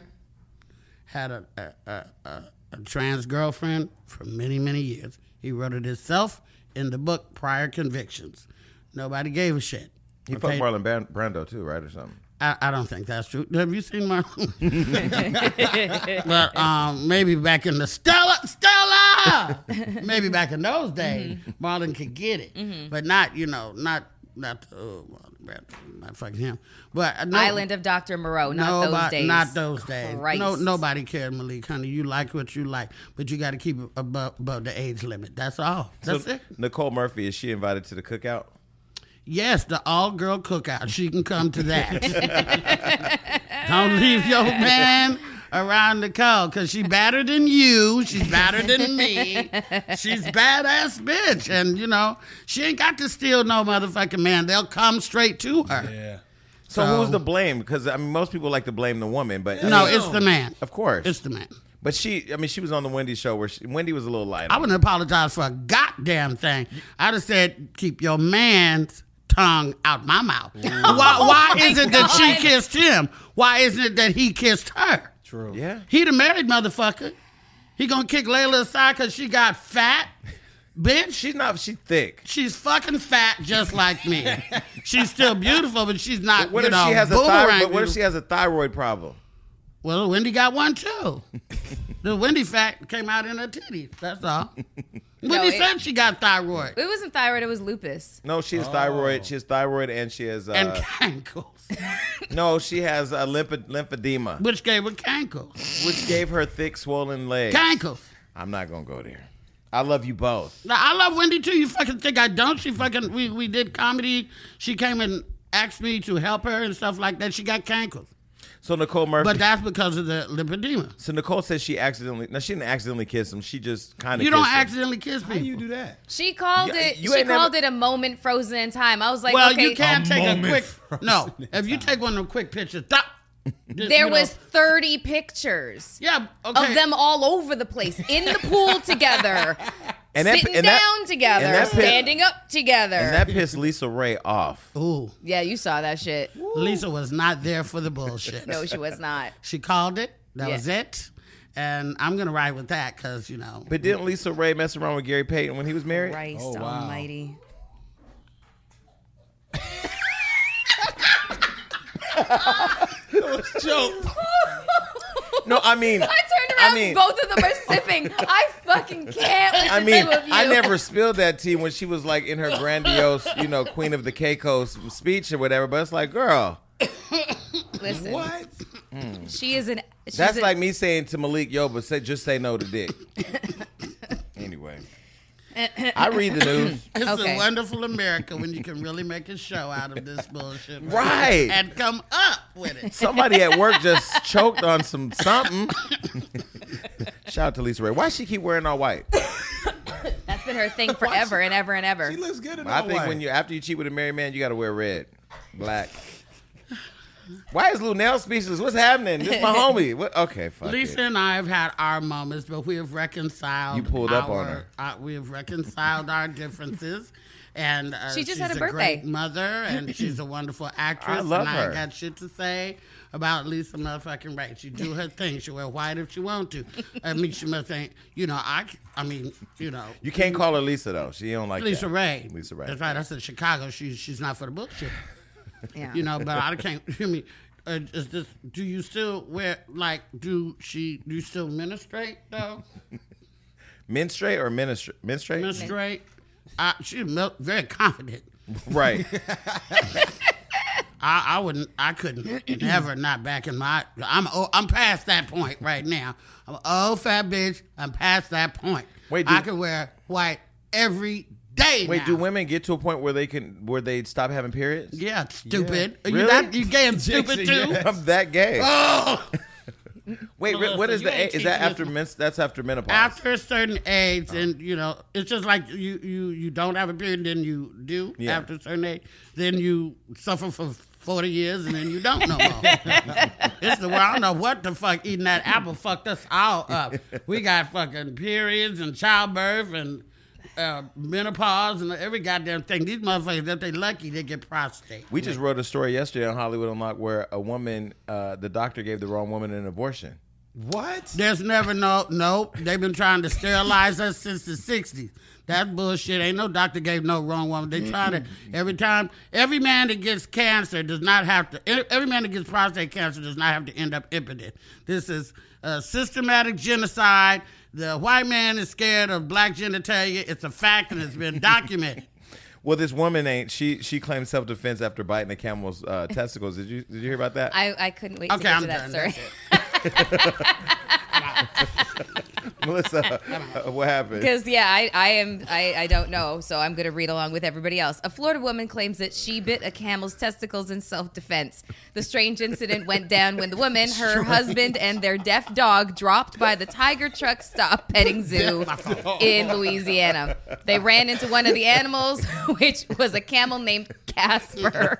Speaker 6: had a, a, a, a, a trans girlfriend for many, many years. He wrote it himself in the book Prior Convictions. Nobody gave a shit.
Speaker 3: He
Speaker 6: Okay?
Speaker 3: fucked Marlon Ban- Brando too, right, or something.
Speaker 6: I, I don't think that's true. Have you seen *laughs* Marlon? but um, maybe back in the Stella, Stella, maybe back in those days,
Speaker 4: Mm-hmm.
Speaker 6: Marlon could get it, but not you know, not not oh, Marlon Brando, not fucking him, but uh, no,
Speaker 4: Island of Dr. Moreau, not
Speaker 6: Nobody,
Speaker 4: those days.
Speaker 6: Not those days.
Speaker 4: Christ.
Speaker 6: No, nobody cared, Malik, honey. You like what you like, but you got to keep it above, above the age limit. That's all. That's
Speaker 3: So
Speaker 6: it.
Speaker 3: Nicole Murphy is she invited to the cookout?
Speaker 6: Yes, the all girl cookout. She can come to that. Don't leave your man around Nicole because she's better than you. She's better than me. She's badass bitch. And, you know, she ain't got to steal no motherfucking man. They'll come straight to her.
Speaker 5: Yeah.
Speaker 3: So,
Speaker 6: So-
Speaker 3: who's to blame? Because I mean, most people like to blame the woman, but I
Speaker 6: No,
Speaker 3: mean,
Speaker 6: it's the man.
Speaker 3: of course.
Speaker 6: It's the man.
Speaker 3: but she, I mean, she was on the Wendy show where she, Wendy was a little light.
Speaker 6: I wouldn't apologize for a goddamn thing. I'd have said, keep your man's tongue out my mouth.
Speaker 3: Oh
Speaker 6: why why
Speaker 4: my
Speaker 6: is it
Speaker 4: God.
Speaker 6: that she kissed him? Why isn't it that he kissed her?
Speaker 5: True.
Speaker 3: yeah,
Speaker 6: He the married motherfucker. He gonna kick Layla aside because she got fat. Bitch, she,
Speaker 3: she's not. She's thick.
Speaker 6: she's fucking fat just
Speaker 3: *laughs*
Speaker 6: like me. she's still beautiful, but she's not.
Speaker 3: What
Speaker 6: you
Speaker 3: if
Speaker 6: know,
Speaker 3: she has a
Speaker 6: boomerang
Speaker 3: thyroid? But what if
Speaker 6: beautiful.
Speaker 3: she has a thyroid problem?
Speaker 6: Well, Wendy got
Speaker 3: *laughs*
Speaker 6: one too. the Wendy fat came out in her titties.
Speaker 3: *laughs*
Speaker 6: That's all. Wendy
Speaker 4: it-
Speaker 6: said she got thyroid
Speaker 4: It wasn't thyroid, it was lupus.
Speaker 3: No, she has thyroid. She has thyroid, and she has uh,
Speaker 6: Oh. and *laughs* cankles,
Speaker 3: no. She has uh, lymph- lymphedema,
Speaker 6: which gave her cankles.
Speaker 3: which gave her thick, swollen legs.
Speaker 6: Cankles.
Speaker 3: I'm not gonna go there. I love you both.
Speaker 6: Now, I love Wendy too. You fucking think I don't? She fucking we we did comedy. She came and asked me to help her and stuff like that. She got cankles,
Speaker 3: So Nicole Murphy.
Speaker 6: but that's because of the lymphedema.
Speaker 3: so Nicole says she accidentally. No, she didn't accidentally kiss him. She just kind of.
Speaker 6: You don't
Speaker 3: him.
Speaker 6: accidentally kiss people.
Speaker 5: How you do that?
Speaker 4: She called
Speaker 3: Yeah,
Speaker 4: it
Speaker 3: you
Speaker 4: she
Speaker 3: ain't never-
Speaker 4: called it a moment frozen in time. I was like,
Speaker 6: well,
Speaker 4: okay,
Speaker 6: you can't
Speaker 5: A
Speaker 6: take a
Speaker 5: moment
Speaker 6: quick.
Speaker 5: frozen
Speaker 6: No,
Speaker 5: in
Speaker 6: if you take one of them quick pictures, stop.
Speaker 4: there was 30 pictures.
Speaker 6: yeah okay.
Speaker 4: Of them all over the place, in the *laughs* pool together,
Speaker 3: And that-
Speaker 4: sitting
Speaker 3: and that-
Speaker 4: down together,
Speaker 3: and that pic-
Speaker 4: standing up together.
Speaker 3: And that pissed Lisa Ray off.
Speaker 6: Ooh,
Speaker 4: yeah, you saw that shit.
Speaker 6: Lisa was not there for the bullshit.
Speaker 4: *laughs* No, she was not.
Speaker 6: she called it. That
Speaker 4: Yeah.
Speaker 6: was it. And I'm gonna ride with that because you know.
Speaker 3: But didn't Lisa Ray mess around with Gary Payton when he was married? *laughs*
Speaker 4: Christ
Speaker 5: Oh, wow.
Speaker 4: Almighty.
Speaker 5: Joke.
Speaker 3: *laughs* No, I
Speaker 6: *laughs*
Speaker 3: mean,
Speaker 4: I turned
Speaker 3: I
Speaker 4: around,
Speaker 3: mean-
Speaker 4: both of *laughs* them are sipping. I fucking can't with
Speaker 3: I
Speaker 4: *laughs* the
Speaker 3: mean,
Speaker 4: two of you.
Speaker 3: I never spilled that tea when she was like in her grandiose, you know, Queen of the Caicos speech or whatever. But it's like, girl,
Speaker 4: listen.
Speaker 5: What?
Speaker 4: Mm. She is an. She's
Speaker 3: that's
Speaker 4: an-
Speaker 3: like me saying to Malik, yo, but say just say no to dick. anyway, I read the news.
Speaker 6: It's
Speaker 4: Okay.
Speaker 6: a wonderful America when you can really make a show out of this bullshit,
Speaker 3: Right.
Speaker 6: And come up with it.
Speaker 3: Somebody at work just choked on some something. *laughs* Shout out to Lisa Ray. Why she keep wearing all white?
Speaker 4: That's been her *laughs* thing forever and ever and ever.
Speaker 5: He looks good in
Speaker 3: I
Speaker 5: that
Speaker 3: think
Speaker 5: white.
Speaker 3: when you after you cheat with a married man, you got to wear red, black. Why is Lunel speechless? What's happening? This my homie. What? Okay, fuck
Speaker 6: Lisa
Speaker 3: it.
Speaker 6: and I have had our moments, but we have reconciled.
Speaker 3: You pulled up on
Speaker 6: our-
Speaker 3: her.
Speaker 6: uh, we have reconciled our differences, and uh,
Speaker 4: She just
Speaker 6: she's
Speaker 4: had a birthday.
Speaker 6: great mother, and she's a wonderful actress.
Speaker 3: I love
Speaker 6: and
Speaker 3: her.
Speaker 6: I got shit to say about Lisa motherfucking Ray. She do her thing. She wear white if she want to. I mean, she must think. You know, I. c- I mean, you know.
Speaker 3: You can't call her Lisa though. She don't like
Speaker 6: Mm. Lisa
Speaker 3: that.
Speaker 6: Ray.
Speaker 3: Lisa Ray.
Speaker 6: That's right. I said Chicago. She, she's not for the bullshit
Speaker 4: Yeah.
Speaker 6: you know. But I can't. *laughs* I mean, uh, is this? Do you still wear like? Do she? Do you still menstruate though?
Speaker 3: Menstruate or minister? Menstruate.
Speaker 6: Menstruate? I, she's mil- very confident.
Speaker 3: *laughs*
Speaker 6: *laughs*
Speaker 3: Right.
Speaker 6: I, I wouldn't. I couldn't. *clears throat* never. Not back in my. I'm. o- I'm past that point right now. I'm an old fat bitch. I'm past that point.
Speaker 3: Wait, do-
Speaker 6: I could wear white every day.
Speaker 3: Wait,
Speaker 6: now.
Speaker 3: do women get to a point where they can where they stop having periods? *laughs*
Speaker 6: Yeah, stupid.
Speaker 3: Yeah.
Speaker 6: You
Speaker 3: Really? *laughs*
Speaker 6: that you gay and
Speaker 5: Jackson,
Speaker 6: stupid too.
Speaker 5: yeah.
Speaker 3: I'm that gay.
Speaker 6: *laughs* Oh,
Speaker 3: *laughs* Wait,
Speaker 6: Melissa,
Speaker 3: what is
Speaker 6: you
Speaker 3: the?
Speaker 6: ain't
Speaker 3: A- Is that
Speaker 6: teaching
Speaker 3: after
Speaker 6: us-
Speaker 3: men? That's after menopause.
Speaker 6: after a certain age, and you know, it's just like you you you don't have a period, then you do
Speaker 3: Yeah.
Speaker 6: after a certain age, then you suffer for forty years, and then you don't no
Speaker 3: *laughs*
Speaker 6: more. it's the world. I don't know what the fuck eating that apple fucked us all up. We got fucking periods and childbirth and. Uh, menopause and every goddamn thing. These motherfuckers, if they lucky, they get prostate.
Speaker 3: We just wrote a story yesterday on Hollywood Unlocked where a woman, uh, the doctor gave the wrong woman an abortion.
Speaker 5: What?
Speaker 6: There's never no nope. They've been trying to sterilize us since the '60s. That bullshit. Ain't no doctor gave no wrong woman. They try to every time. Every man that gets cancer does not have to. e, Every man that gets prostate cancer does not have to end up impotent. This is uh, systematic genocide. The white man is scared of black genitalia. It's a fact and
Speaker 4: *laughs*
Speaker 6: it's been documented.
Speaker 3: Well, this woman ain't. She she claimed self defense after biting a camel's uh, testicles. Did you did you hear about that?
Speaker 4: I, I couldn't wait to
Speaker 6: Okay,
Speaker 4: get
Speaker 6: I'm
Speaker 4: to that
Speaker 6: done.
Speaker 4: story.
Speaker 6: *laughs*
Speaker 3: *laughs*
Speaker 6: That's
Speaker 3: Melissa, *laughs* uh, what
Speaker 4: *laughs*
Speaker 3: happened?
Speaker 4: Because yeah, I, I am I, I don't know, so I'm gonna read along with everybody else. A Florida woman claims that she bit a camel's testicles in self-defense. The strange incident went down when the woman, her husband, and their deaf dog dropped by the tiger truck stop petting zoo in Louisiana. They ran into one of the animals, *laughs* which was a camel named Casper.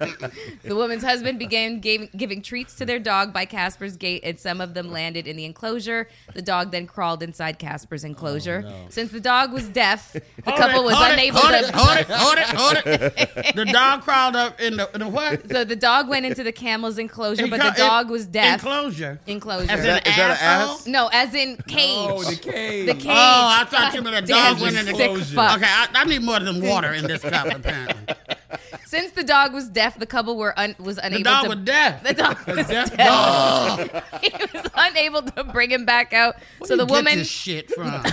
Speaker 4: The woman's husband began gave, giving treats to their dog by Casper's gate, and some of them landed in the enclosure. The dog then crawled inside Casper's enclosure. Since the dog was
Speaker 6: *laughs*
Speaker 4: deaf, the couple was
Speaker 6: Hold Oh, it,
Speaker 4: unable
Speaker 6: hold
Speaker 4: to.
Speaker 6: it, hold it, hold it,
Speaker 4: *laughs*
Speaker 6: hold it. The dog crawled up in the, the what?
Speaker 4: So the dog went into the camel's enclosure, but
Speaker 6: Enco-
Speaker 4: the dog was deaf.
Speaker 6: Enclosure.
Speaker 4: Enclosure.
Speaker 6: As
Speaker 3: Is that-
Speaker 6: an
Speaker 3: is that an
Speaker 6: asshole?
Speaker 3: ass?
Speaker 4: no, as in cage.
Speaker 5: Oh, the cage.
Speaker 4: the cage.
Speaker 6: Oh, I thought you meant a
Speaker 4: Damn,
Speaker 6: dog went
Speaker 4: you
Speaker 6: in the
Speaker 4: sick
Speaker 5: enclosure.
Speaker 4: fucks.
Speaker 6: Okay, I, I need more than water in
Speaker 4: *laughs*
Speaker 6: this cup, apparently.
Speaker 4: Since the dog was deaf, the couple were un- was unable
Speaker 6: The dog
Speaker 4: to. *laughs*
Speaker 6: was deaf.
Speaker 4: The dog was
Speaker 5: deaf
Speaker 4: deaf. *laughs* he was unable to bring him back out. so the
Speaker 6: Where you get
Speaker 4: woman
Speaker 6: this
Speaker 4: *laughs*
Speaker 6: shit from.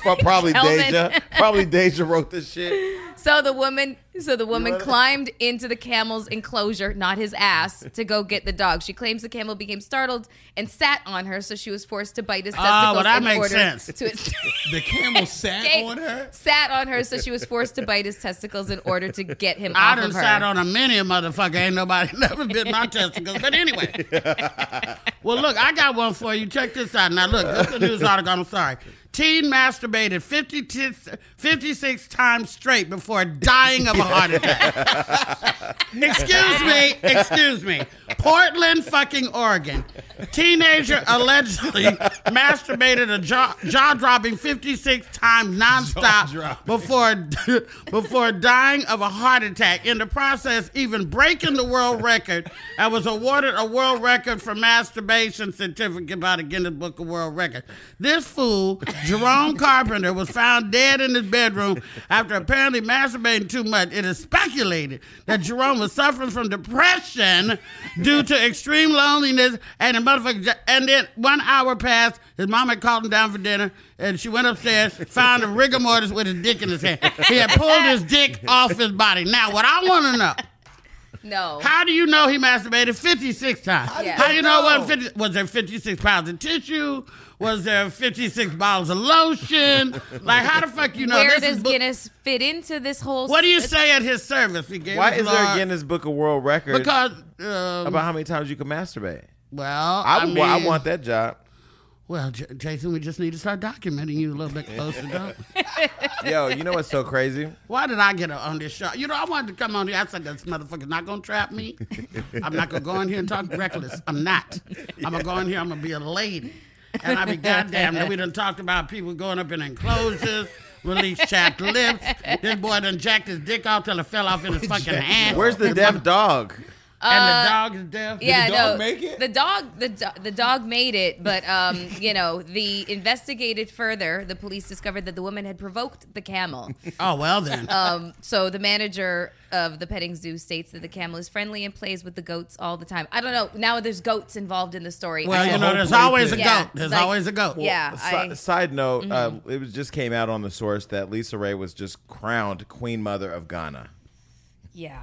Speaker 3: Pro- probably
Speaker 4: Kelvin.
Speaker 3: Deja. Probably Deja wrote this shit.
Speaker 4: So the woman, so the woman
Speaker 3: love it.
Speaker 4: climbed into the camel's enclosure, not his ass, to go get the dog. She claims the camel became startled and sat on her, so she was forced to bite his testicles.
Speaker 6: Ah, well, that
Speaker 4: in
Speaker 6: makes
Speaker 4: order
Speaker 6: sense. *laughs*
Speaker 4: To
Speaker 5: The camel sat on her.
Speaker 4: Sat on her, so she was forced to bite his testicles in order to get him
Speaker 6: I
Speaker 4: off
Speaker 6: done
Speaker 4: of her.
Speaker 6: sat on a many a motherfucker. Ain't nobody *laughs* never bit my testicles. But
Speaker 4: *laughs*
Speaker 6: anyway. well, look, I got one for you. Check this out. Now, look, this is a news article. I'm sorry. Teen masturbated 56, 56 times straight before dying of a heart attack. excuse me. Excuse me. Portland, fucking Oregon. Teenager allegedly masturbated a jaw dropping 56 times nonstop
Speaker 5: Jaw-dropping.
Speaker 6: before before dying of a heart attack. In the process, even breaking the world record, I was awarded a world record for masturbation certificate by the Guinness Book of World Records. This fool, Jerome Carpenter, was found dead in his bedroom after apparently masturbating too much. It is speculated that Jerome was suffering from depression due to extreme loneliness and the motherfucker. And then one hour passed. His mama called him down for dinner, and she went upstairs, found a rigor mortis with his dick in his hand. He had pulled his dick off his body. Now, what I want to know,
Speaker 4: no,
Speaker 6: how do you know he masturbated 56 times?
Speaker 4: Yeah.
Speaker 6: How do you know it wasn't 50, was there 56 pounds of tissue? Was there 56 bottles of lotion? Like, how the fuck you know?
Speaker 4: where
Speaker 6: This is
Speaker 4: does
Speaker 6: bu-
Speaker 4: Guinness fit into this whole?
Speaker 6: What do you say at his service? He gave
Speaker 3: Why
Speaker 6: us
Speaker 3: is there a
Speaker 6: lard
Speaker 3: Guinness Book of World Record
Speaker 6: Because, um,
Speaker 3: about how many times you can masturbate?
Speaker 6: well,
Speaker 3: I,
Speaker 6: I,
Speaker 3: would- I
Speaker 6: mean-
Speaker 3: want that job.
Speaker 6: Well, J- Jason, we just need to start documenting you a little bit closer. don't we?
Speaker 3: Yo, you know what's so crazy?
Speaker 6: Why did I get on this show? You know, I wanted to come on here. I said, this motherfucker's not going to trap me. I'm not going to go in here and talk reckless. I'm not. I'm going to go in here. I'm going to be a lady. And I be goddamn that we done talked about people going up in enclosures, release chapped lips. This boy done jacked his dick off till it fell off in his fucking hand.
Speaker 3: Where's the *laughs* deaf dog?
Speaker 6: And the dog is deaf.
Speaker 4: Uh, Yeah,
Speaker 5: the dog
Speaker 4: no.
Speaker 5: make it?
Speaker 4: The dog, the do- the dog made it, but um, you know, the investigated further. The police discovered that the woman had provoked the camel.
Speaker 6: Oh, well then.
Speaker 4: Um, so the manager of the petting zoo states that the camel is friendly and plays with the goats all the time. I don't know. Now there's goats involved in the story.
Speaker 6: well,
Speaker 4: I
Speaker 6: you
Speaker 4: don't-
Speaker 6: know,
Speaker 5: whole
Speaker 6: there's
Speaker 5: play
Speaker 6: always a
Speaker 5: thing.
Speaker 4: Yeah,
Speaker 6: goat. There's
Speaker 4: like-
Speaker 6: always a goat.
Speaker 4: yeah,
Speaker 3: Si-
Speaker 4: I,
Speaker 3: side note, uh, it was just came out on the source that Lisa Ray was just crowned Queen Mother of Ghana. *laughs*
Speaker 4: Yeah.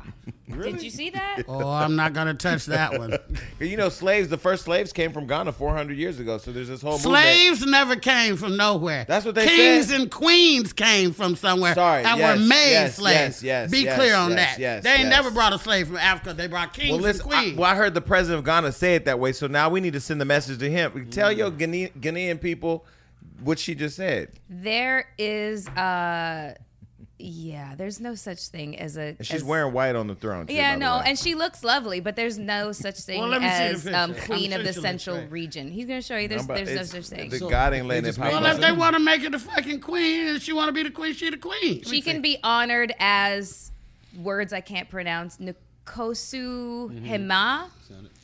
Speaker 4: Did you see that?
Speaker 6: Oh, I'm not gonna touch that one.
Speaker 3: You know, slaves. The first slaves came from Ghana 400 years ago. So there's this whole movement.
Speaker 6: Slaves never came from nowhere.
Speaker 3: That's what they
Speaker 6: Kings
Speaker 3: said.
Speaker 6: and queens came from somewhere.
Speaker 3: Sorry,
Speaker 6: that
Speaker 3: yes,
Speaker 6: were made
Speaker 3: yes, yes,
Speaker 6: slaves.
Speaker 3: yes,
Speaker 6: Be
Speaker 3: yes,
Speaker 6: clear on
Speaker 3: yes,
Speaker 6: that.
Speaker 3: yes,
Speaker 6: they ain't
Speaker 3: yes.
Speaker 6: never brought a slave from Africa. They brought kings
Speaker 3: Well, listen.
Speaker 6: and
Speaker 3: I,
Speaker 6: queens.
Speaker 3: well, I heard the president of Ghana say it that way. So now we need to send the message to him. Tell your Ghanaian, Ghanaian people what she just said.
Speaker 4: There is uh yeah, there's no such thing as a
Speaker 3: And she's
Speaker 4: as-
Speaker 3: wearing white on the throne. Too, by
Speaker 4: Yeah,
Speaker 3: the
Speaker 4: no,
Speaker 3: way.
Speaker 4: and she looks lovely, but there's no such thing
Speaker 6: Well, let me
Speaker 4: as
Speaker 6: see the
Speaker 4: um,
Speaker 6: picture.
Speaker 4: queen
Speaker 6: I'm
Speaker 4: of the
Speaker 6: sure she'll
Speaker 4: central
Speaker 6: look great.
Speaker 4: region. He's gonna show you
Speaker 3: I'm
Speaker 4: there's
Speaker 3: about-
Speaker 4: there's no
Speaker 3: it's-
Speaker 5: such thing.
Speaker 3: The
Speaker 5: So,
Speaker 3: God ain't
Speaker 5: they
Speaker 3: letting it
Speaker 5: just
Speaker 3: pop.
Speaker 5: made
Speaker 6: well, if
Speaker 3: up.
Speaker 6: they want to make it the fucking queen, and she want to be the queen, she the queen.
Speaker 4: She can be honored as words I can't pronounce. Nkosu Hema.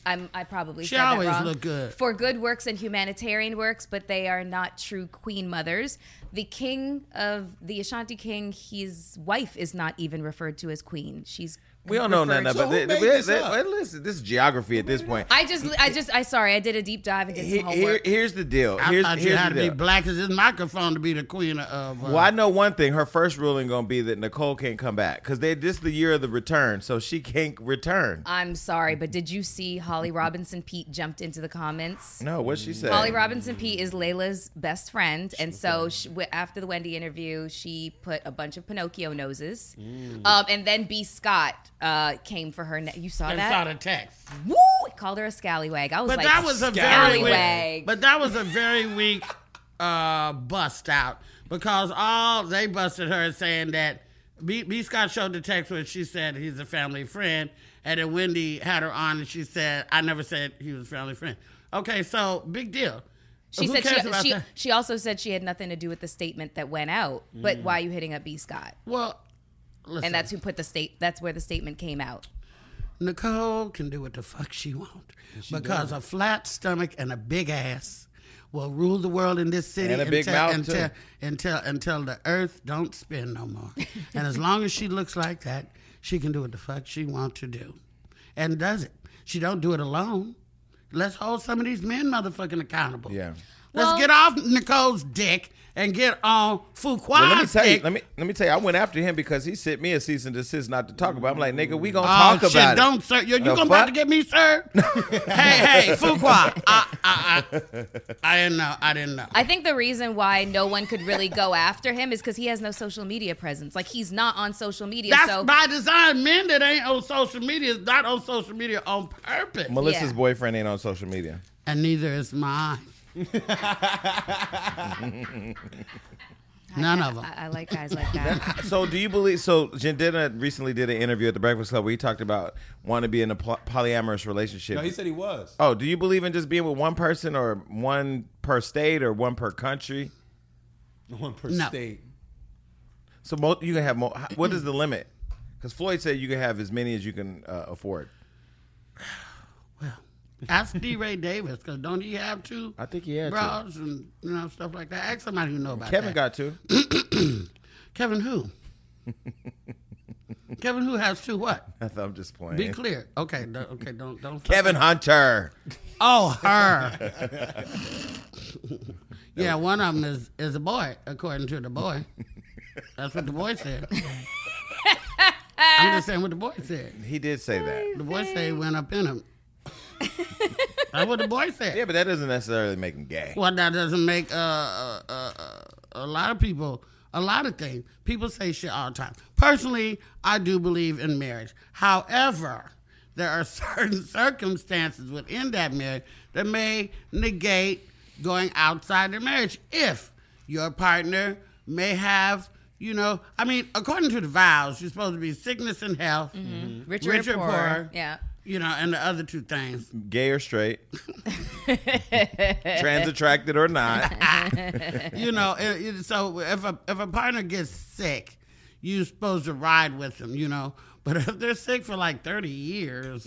Speaker 4: I'm, I probably
Speaker 6: Mm-hmm. She
Speaker 4: said that
Speaker 6: always
Speaker 4: wrong.
Speaker 6: look good.
Speaker 4: for good works and humanitarian works, but they are not true queen mothers. The king of the Ashanti king, his wife is not even referred to as queen. She's
Speaker 3: We don't know
Speaker 4: referred
Speaker 3: nothing
Speaker 4: to-
Speaker 3: about
Speaker 5: So who
Speaker 3: this.
Speaker 5: made this up?
Speaker 3: well, Listen, this is geography at this point.
Speaker 4: I just, I just, I sorry, I did a deep dive and did
Speaker 3: He-
Speaker 4: some
Speaker 3: here-
Speaker 4: homework.
Speaker 3: here's the deal.
Speaker 6: I
Speaker 3: Here's,
Speaker 6: thought you
Speaker 3: here's
Speaker 6: had
Speaker 3: the
Speaker 6: to be
Speaker 3: deal.
Speaker 6: black as this microphone to be the queen of. Uh,
Speaker 3: Well, I know one thing. Her first ruling gonna be that Nicole can't come back because they this the year of the return, so she can't return.
Speaker 4: I'm sorry, but did you see Holly Robinson Pete jumped into the comments?
Speaker 3: No, what she said.
Speaker 4: Holly Robinson Pete is Layla's best friend, and so she, wi- after the Wendy interview, she put a bunch of Pinocchio noses,
Speaker 6: Mm.
Speaker 4: um, and then B Scott uh, came for her. Ne- you saw
Speaker 6: I
Speaker 4: that?
Speaker 6: saw the text.
Speaker 4: Woo! Called her a scallywag. I was
Speaker 6: But
Speaker 4: like,
Speaker 6: that was a very weak,
Speaker 4: scallywag.
Speaker 6: but that was a very weak uh, bust out because all they busted her saying that B, B Scott showed the text where she said he's a family friend, and then Wendy had her on and she said I never said he was a family friend. Okay, so big deal.
Speaker 4: she
Speaker 6: Who
Speaker 4: said
Speaker 6: cares about
Speaker 4: she, she,
Speaker 6: that?
Speaker 4: she also said she had nothing to do with the statement that went out. But why are you hitting up B Scott?
Speaker 6: Well, Mm. listen,
Speaker 4: And that's who put the state. That's where the statement came out.
Speaker 6: Nicole can do what the fuck she wants because a flat stomach and a big ass will rule the world in this city
Speaker 3: And a big mouth,
Speaker 6: until,
Speaker 3: too.
Speaker 6: until until the earth don't spin
Speaker 3: *laughs*
Speaker 6: no more. and as long as she looks like that, she can do what the fuck she wants to do, and does it. She don't do it alone. Let's hold some of these men motherfucking accountable.
Speaker 3: Yeah.
Speaker 6: Let's
Speaker 4: Well-
Speaker 6: get off Nicole's dick and get on
Speaker 3: Well, let me
Speaker 6: Fuqua's
Speaker 3: tell you.
Speaker 6: dick.
Speaker 3: Let me let me tell you. I went after him because he sent me a cease and desist not to talk about. it. I'm like, nigga, we gonna
Speaker 6: Oh
Speaker 3: talk
Speaker 6: shit!
Speaker 3: about
Speaker 6: don't
Speaker 3: it.
Speaker 6: sir, you, you
Speaker 3: The
Speaker 6: gonna about
Speaker 3: fuck?
Speaker 6: to get
Speaker 3: *laughs*
Speaker 6: me sir? hey, hey, Fuqua. I, I, I, I didn't know. I didn't know.
Speaker 4: I think the reason why no one could really go after him is because he has no social media presence. Like he's not on social media.
Speaker 6: That's
Speaker 4: so
Speaker 6: by design. Men that ain't on social media is not on social media on purpose,
Speaker 3: Melissa's
Speaker 4: Yeah.
Speaker 3: boyfriend ain't on social media.
Speaker 6: and neither is mine. None of them.
Speaker 4: I, I like guys
Speaker 3: *laughs*
Speaker 4: like that.
Speaker 3: So do you believe? So Jandina recently did an interview at the Breakfast Club where he talked about wanting to be in a po- polyamorous relationship.
Speaker 5: No, he said he was.
Speaker 3: oh, do you believe in just being with one person or one per state or one per country?
Speaker 5: One per
Speaker 6: No.
Speaker 5: state.
Speaker 3: So mo- you can have mo- how- what is the limit? Because Floyd said you can have as many as you can uh, afford.
Speaker 6: Ask D. Ray Davis because don't he have two?
Speaker 3: I think he had two.
Speaker 6: bras and you know stuff like that. Ask somebody who know about
Speaker 3: Kevin
Speaker 6: that.
Speaker 3: got two.
Speaker 6: *coughs*
Speaker 3: *laughs*
Speaker 6: Kevin who? Kevin who has two what?
Speaker 3: I thought I'm just playing.
Speaker 6: Be clear. Okay. do okay. Don't don't.
Speaker 3: Kevin Hunter.
Speaker 6: Oh, her. yeah, one of them is is a boy, according to the boy. That's what the boy said. I'm just saying what the boy said.
Speaker 3: He did say that.
Speaker 6: The boy said he went up in him. That's what the boy said.
Speaker 3: Yeah, but that doesn't necessarily make him gay.
Speaker 6: Well, that doesn't make uh, uh, uh, uh, a lot of people, a lot of things. People say shit all the time. Personally, I do believe in marriage. However, there are *laughs* certain circumstances within that marriage that may negate going outside the marriage if your partner may have. You know, I mean, according to the vows, you're supposed to be sickness and health,
Speaker 4: Richard,
Speaker 6: Richard
Speaker 4: Poor.
Speaker 6: Poor.
Speaker 4: Yeah.
Speaker 6: you know, and the other two things.
Speaker 3: Gay or
Speaker 6: *laughs*
Speaker 3: straight, trans attracted or not.
Speaker 6: you know, it, it, so if a if a partner gets sick, you're supposed to ride with them, you know. But *laughs* if they're sick for like thirty years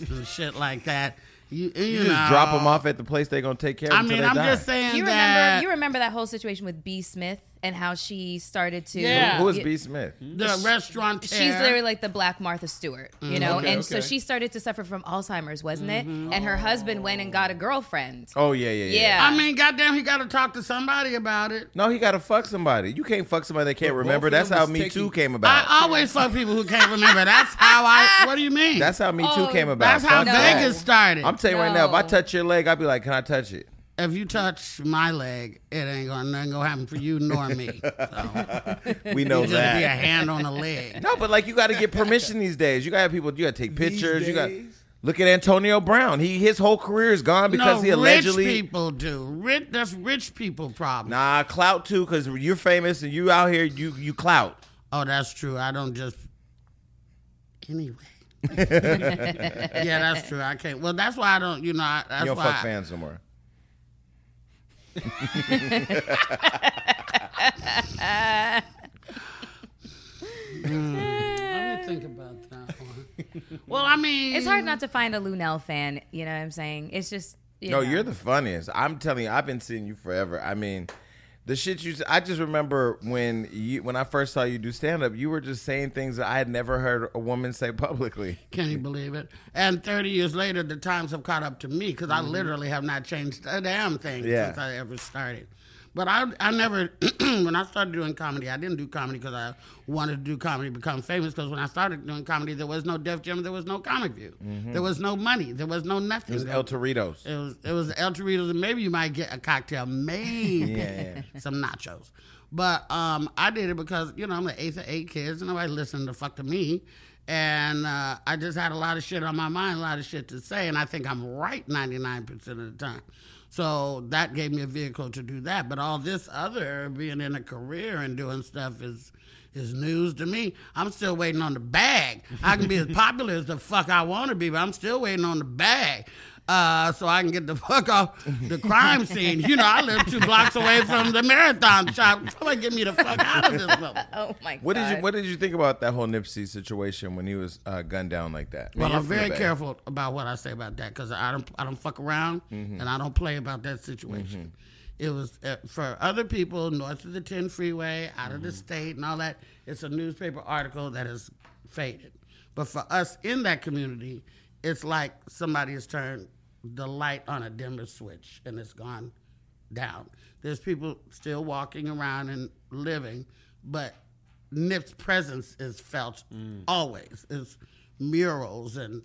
Speaker 3: *laughs*
Speaker 6: and shit like that, you you,
Speaker 3: You just
Speaker 6: know,
Speaker 3: drop them off at the place they're gonna take care of.
Speaker 6: I
Speaker 3: until
Speaker 6: mean,
Speaker 3: they
Speaker 6: I'm
Speaker 3: die.
Speaker 6: just saying
Speaker 4: You remember
Speaker 6: that
Speaker 4: you remember that whole situation with B Smith and how she started to.
Speaker 6: Yeah.
Speaker 3: Who is
Speaker 4: y-
Speaker 3: B. Smith?
Speaker 6: The restaurant.
Speaker 4: She's literally like the black Martha Stewart,
Speaker 3: Mm-hmm.
Speaker 4: you know?
Speaker 5: Okay,
Speaker 4: and so
Speaker 5: okay.
Speaker 4: she started to suffer from Alzheimer's, wasn't it? And her husband went and got a girlfriend.
Speaker 3: Oh yeah, yeah, yeah.
Speaker 4: Yeah.
Speaker 6: I mean, goddamn, he got to talk to somebody about it.
Speaker 3: No, he got to fuck somebody. You can't fuck somebody that can't
Speaker 5: But both
Speaker 3: remember.
Speaker 5: of
Speaker 3: That's
Speaker 5: them
Speaker 3: how
Speaker 5: was
Speaker 3: Me
Speaker 5: taking-
Speaker 3: Too came about.
Speaker 6: I um, always fuck people who can't remember. That's how
Speaker 4: *laughs*
Speaker 6: I. What do you mean?
Speaker 3: that's how Me Too
Speaker 4: Oh,
Speaker 3: came about.
Speaker 6: That's how
Speaker 3: Fuck that.
Speaker 6: Vegas started.
Speaker 3: I'm telling you right now, if I
Speaker 4: No.
Speaker 3: touch your leg, I'd be like, "Can I touch
Speaker 6: *laughs*
Speaker 3: it?"
Speaker 6: if you touch my leg, it ain't gonna nothing gonna happen for you
Speaker 3: *laughs*
Speaker 6: nor me.
Speaker 3: We know
Speaker 6: It's gonna be a
Speaker 3: that.
Speaker 6: hand on a leg.
Speaker 3: No, but like you got to get permission these days. You got to have people. You got to take
Speaker 5: These
Speaker 3: pictures. You got
Speaker 5: days?
Speaker 3: look at Antonio Brown. He his whole career is gone because
Speaker 6: no,
Speaker 3: he allegedly
Speaker 6: rich people do. Rich, that's rich people problem.
Speaker 3: nah clout too. Because you're famous and you out here you you clout.
Speaker 6: Oh, that's true. I don't just
Speaker 3: *laughs*
Speaker 6: anyway. yeah, that's true. I can't. Well, that's why I don't. You know, I, that's
Speaker 3: You don't
Speaker 6: why.
Speaker 3: fuck
Speaker 6: I-
Speaker 3: fans no more.
Speaker 6: Let me think about that one. well, I mean,
Speaker 4: it's hard not to find a Lunel fan, you know what I'm saying? It's just. You
Speaker 3: No,
Speaker 4: know.
Speaker 3: you're the funniest. I'm telling you, I've been seeing you forever. I mean, the shit you. I just remember when you when I first saw you do stand up, you were just saying things that I had never heard a woman say publicly.
Speaker 6: Can you believe it? And 30 years later, the times have caught up to me because I literally have not changed a damn thing
Speaker 3: Mm-hmm. Yeah.
Speaker 6: since I ever started. But I, I never, *clears throat* when I started doing comedy, I didn't do comedy because I wanted to do comedy, become famous. Because when I started doing comedy, there was no Def Jam, there was no Comic View, there was no money, there was no nothing.
Speaker 3: Mm-hmm. It was
Speaker 6: There-
Speaker 3: El Torritos.
Speaker 6: it was it was El Torito, and maybe you might get a cocktail, maybe
Speaker 3: Yeah,
Speaker 6: *laughs* some nachos. But um, I did it because you know I'm the eighth of eight kids, and nobody listened to fuck to me, and uh, I just had a lot of shit on my mind, a lot of shit to say, and I think I'm right 99 percent of the time. So that gave me a vehicle to do that. But all this other being in a career and doing stuff is is news to me. I'm still waiting on the bag. I can be as popular as the fuck I want to be, but I'm still waiting on the bag. Uh, so I can get the fuck off the crime scene. You know, I live two blocks away from the marathon shop. Somebody get me the fuck out of this mother.
Speaker 4: Oh my
Speaker 3: What
Speaker 4: God.
Speaker 3: did you What did you think about that whole Nipsey situation when he was uh, gunned down like that? Man,
Speaker 6: Well,
Speaker 3: you're
Speaker 6: I'm
Speaker 3: from the
Speaker 6: very
Speaker 3: Bay.
Speaker 6: careful about what I say about that because I don't I don't fuck around and I don't play about that situation. It was uh, for other people north of the 10 freeway, out of the state, and all that. It's a newspaper article that is faded, but for us in that community, it's like somebody has turned the light on a dimmer switch and it's gone down. There's people still walking around and living, but Nip's presence is felt always. It's murals and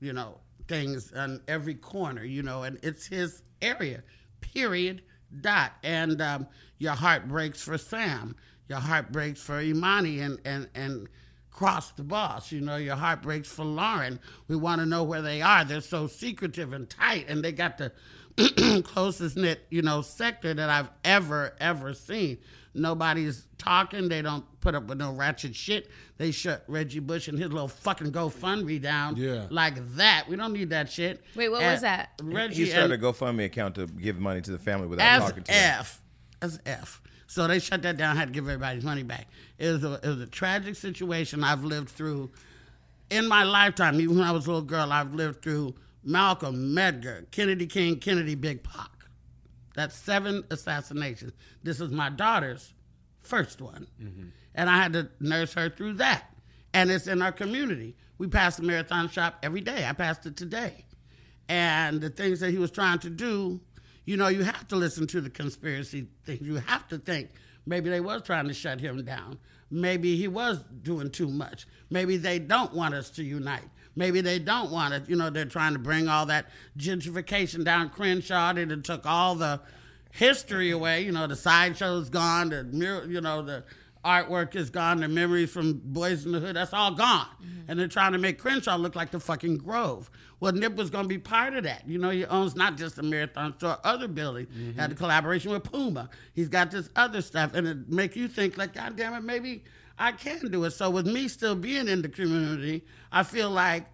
Speaker 6: you know things on every corner, you know, and it's his area. Period. Dot. And um, your heart breaks for Sam. Your heart breaks for Imani and and and cross the boss. You know, your heart breaks for Lauren. We want to know where they are. They're so secretive and tight, and they got the *clears throat* closest knit, you know, sector that I've ever, ever seen. Nobody's talking. They don't put up with no ratchet shit. They shut Reggie Bush and his little fucking GoFundMe down
Speaker 5: Yeah.
Speaker 6: like that. We don't need that shit.
Speaker 4: Wait, what
Speaker 6: And
Speaker 4: was that?
Speaker 6: Reggie
Speaker 3: He started
Speaker 6: and-
Speaker 3: a GoFundMe account to give money to the family without
Speaker 6: as
Speaker 3: talking to them.
Speaker 6: F. As F. So they shut that down, had to give everybody's money back. It was, a, it was a tragic situation I've lived through in my lifetime. Even when I was a little girl, I've lived through Malcolm, Medgar, Kennedy King, Kennedy, Big Pac. That's seven assassinations. This is my daughter's first one.
Speaker 3: Mm-hmm.
Speaker 6: And I had to nurse her through that. And it's in our community. We pass the marathon shop every day. I passed it today. And the things that he was trying to do, you know, you have to listen to the conspiracy thing. You have to think maybe they was trying to shut him down. Maybe he was doing too much. Maybe they don't want us to unite. Maybe they don't want it. You know, they're trying to bring all that gentrification down Crenshaw. They done took all the history away. You know, the sideshow's gone. The mural, you know, the artwork is gone. The memories from Boys in the Hood, that's all gone. And they're trying to make Crenshaw look like the fucking Grove. Well, Nip was going to be part of that. You know, he owns not just the Marathon Store, other building. Had a collaboration with Puma. He's got this other stuff, and it make you think like, God damn it, maybe I can do it. So with me still being in the community, I feel like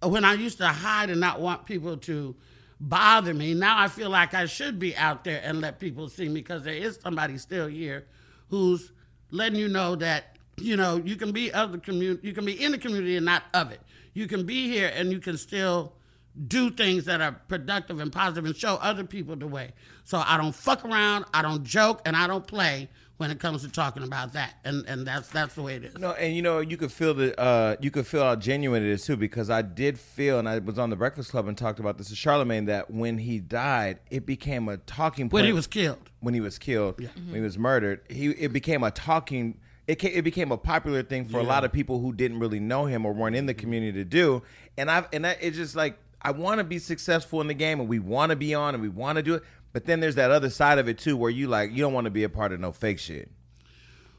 Speaker 6: when I used to hide and not want people to bother me, now I feel like I should be out there and let people see me because there is somebody still here who's letting you know that you know you can be of the community, you can be in the community and not of it. You can be here and you can still do things that are productive and positive and show other people the way. So I don't fuck around, I don't joke, and I don't play when it comes to talking about that, and and that's that's the way it is.
Speaker 3: No, and you know you could feel the uh, you could feel how genuine it is too because I did feel and I was on the Breakfast Club and talked about this to Charlemagne that when he died it became a talking point
Speaker 6: When he was killed, Mm-hmm.
Speaker 3: when he was killed when he was murdered he it became a talking it ca it became a popular thing for a lot of people who didn't really know him or weren't in
Speaker 6: Mm-hmm.
Speaker 3: the community to do and I've and that, it's just like I want to be successful in the game and we want to be on and we want to do it but then there's that other side of it too where you like you don't want to be a part of no fake shit.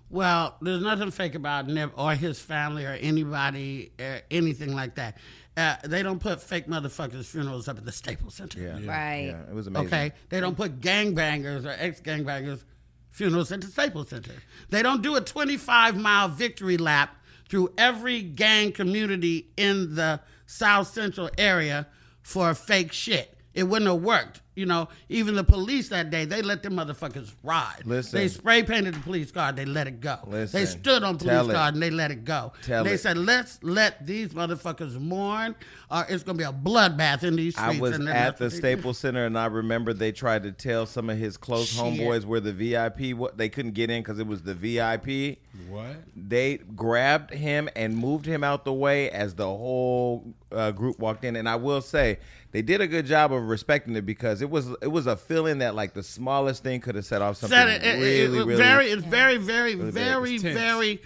Speaker 6: Well, there's nothing fake about Nip or his family or anybody or anything like that. Uh, they don't put fake motherfuckers' funerals up at the Staples Center.
Speaker 4: right.
Speaker 3: Yeah, it was amazing.
Speaker 6: Okay, they don't put gangbangers or ex-gangbangers funerals at the Staples Center. They don't do a 25-mile victory lap through every gang community in the South Central area for fake shit. It wouldn't have worked. You know, even the police that day, they let them motherfuckers ride.
Speaker 3: Listen.
Speaker 6: They spray painted the police car, they let it go.
Speaker 3: Listen.
Speaker 6: They stood on police
Speaker 3: Tell it.
Speaker 6: guard and they let it go.
Speaker 3: Tell
Speaker 6: they
Speaker 3: it.
Speaker 6: said, let's let these motherfuckers mourn or it's going to be a bloodbath in these streets.
Speaker 3: I was
Speaker 6: and then
Speaker 3: at
Speaker 6: that's
Speaker 3: the
Speaker 6: what they did.
Speaker 3: Staples Center, and I remember they tried to tell some of his close
Speaker 6: Shit.
Speaker 3: homeboys where the VIP. What they couldn't get in because it was the VIP.
Speaker 5: What?
Speaker 3: They grabbed him and moved him out the way as the whole uh, group walked in. And I will say they did a good job of respecting it because it was it was a feeling that like the smallest thing could have set off something
Speaker 6: said it, it- it-
Speaker 3: really
Speaker 6: it was
Speaker 3: really
Speaker 6: very, it's very, very,
Speaker 3: bad.
Speaker 6: very,
Speaker 5: It's tense.
Speaker 6: very,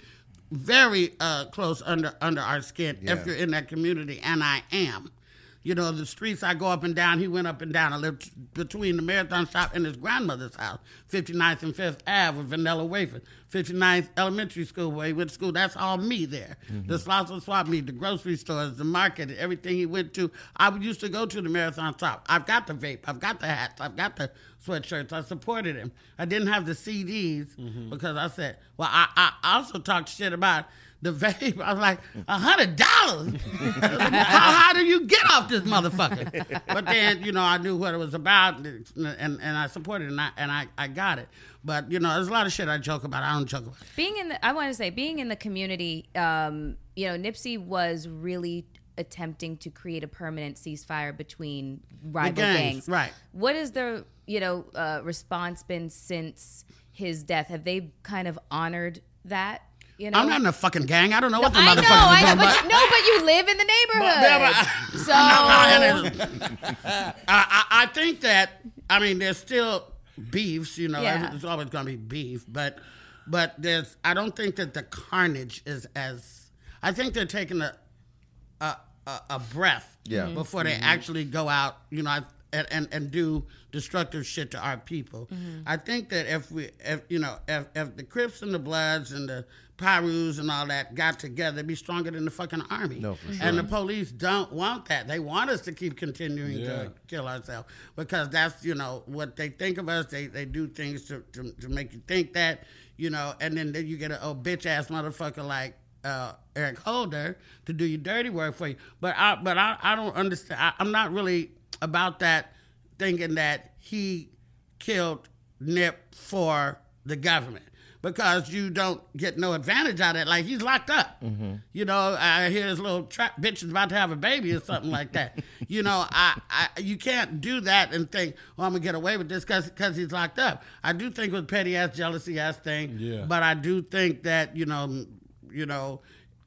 Speaker 6: very uh, close under under our skin if you're in that community, and I am. You know, the streets I go up and down, he went up and down. I lived between the marathon shop and his grandmother's house, 59th and 5th Ave with vanilla wafers, 59th Elementary School where he went to school. That's all me there. The Slauson Swap Meet, the grocery stores, the market, everything he went to. I used to go to the marathon shop. I've got the vape, I've got the hats, I've got the sweatshirts. I supported him. I didn't have the CDs because I said, well, I, I I also talked shit about the vape. I was like, a hundred dollars. *laughs* How high do you get off this motherfucker? But then, you know, I knew what it was about, and and, and I supported it, and I and I, I got it. But you know, there's a lot of shit I joke about. I don't joke about.
Speaker 4: being in the i want to say being in the community um you know nipsey was really attempting to create a permanent ceasefire between rival
Speaker 6: gangs,
Speaker 4: gangs,
Speaker 6: right.
Speaker 4: what is the you know uh, response been since his death have they kind of honored that you know
Speaker 6: I'm not in a fucking gang. I don't know what the
Speaker 4: I know,
Speaker 6: motherfuckers
Speaker 4: I
Speaker 6: are
Speaker 4: know, but
Speaker 6: talking about.
Speaker 4: you, no, but you live in the
Speaker 6: *laughs*
Speaker 4: neighborhood, so
Speaker 6: I, *laughs* I, I think that I mean there's still beefs, you know.
Speaker 4: Yeah.
Speaker 6: There's always going to be beef, but but there's I don't think that the carnage is as I think they're taking a a, a, a breath
Speaker 3: Yeah. Mhm.
Speaker 6: before they actually go out, you know, and, and, and do destructive shit to our people. I think that if we, if you know, if, if the Crips and the Bloods and the Pyrus and all that got together, it'd be stronger than the fucking army. No, for sure. And the police don't want that. They want us to keep continuing
Speaker 5: Yeah.
Speaker 6: to kill ourselves because that's you know what they think of us. They they do things to, to, to make you think that you know, and then, then you get an old bitch ass motherfucker like uh, Eric Holder to do your dirty work for you. But I but I, I don't understand. I, I'm not really about that thinking that he killed Nip for the government because you don't get no advantage out of it. Like he's locked up. You know, I hear his little trap bitch is about to have a baby or something like that. You know, I, I you can't do that and think, well, I'm gonna get away with this because he's locked up. I do think it was petty ass jealousy ass thing.
Speaker 5: Yeah.
Speaker 6: But I do think that you know, m- you know,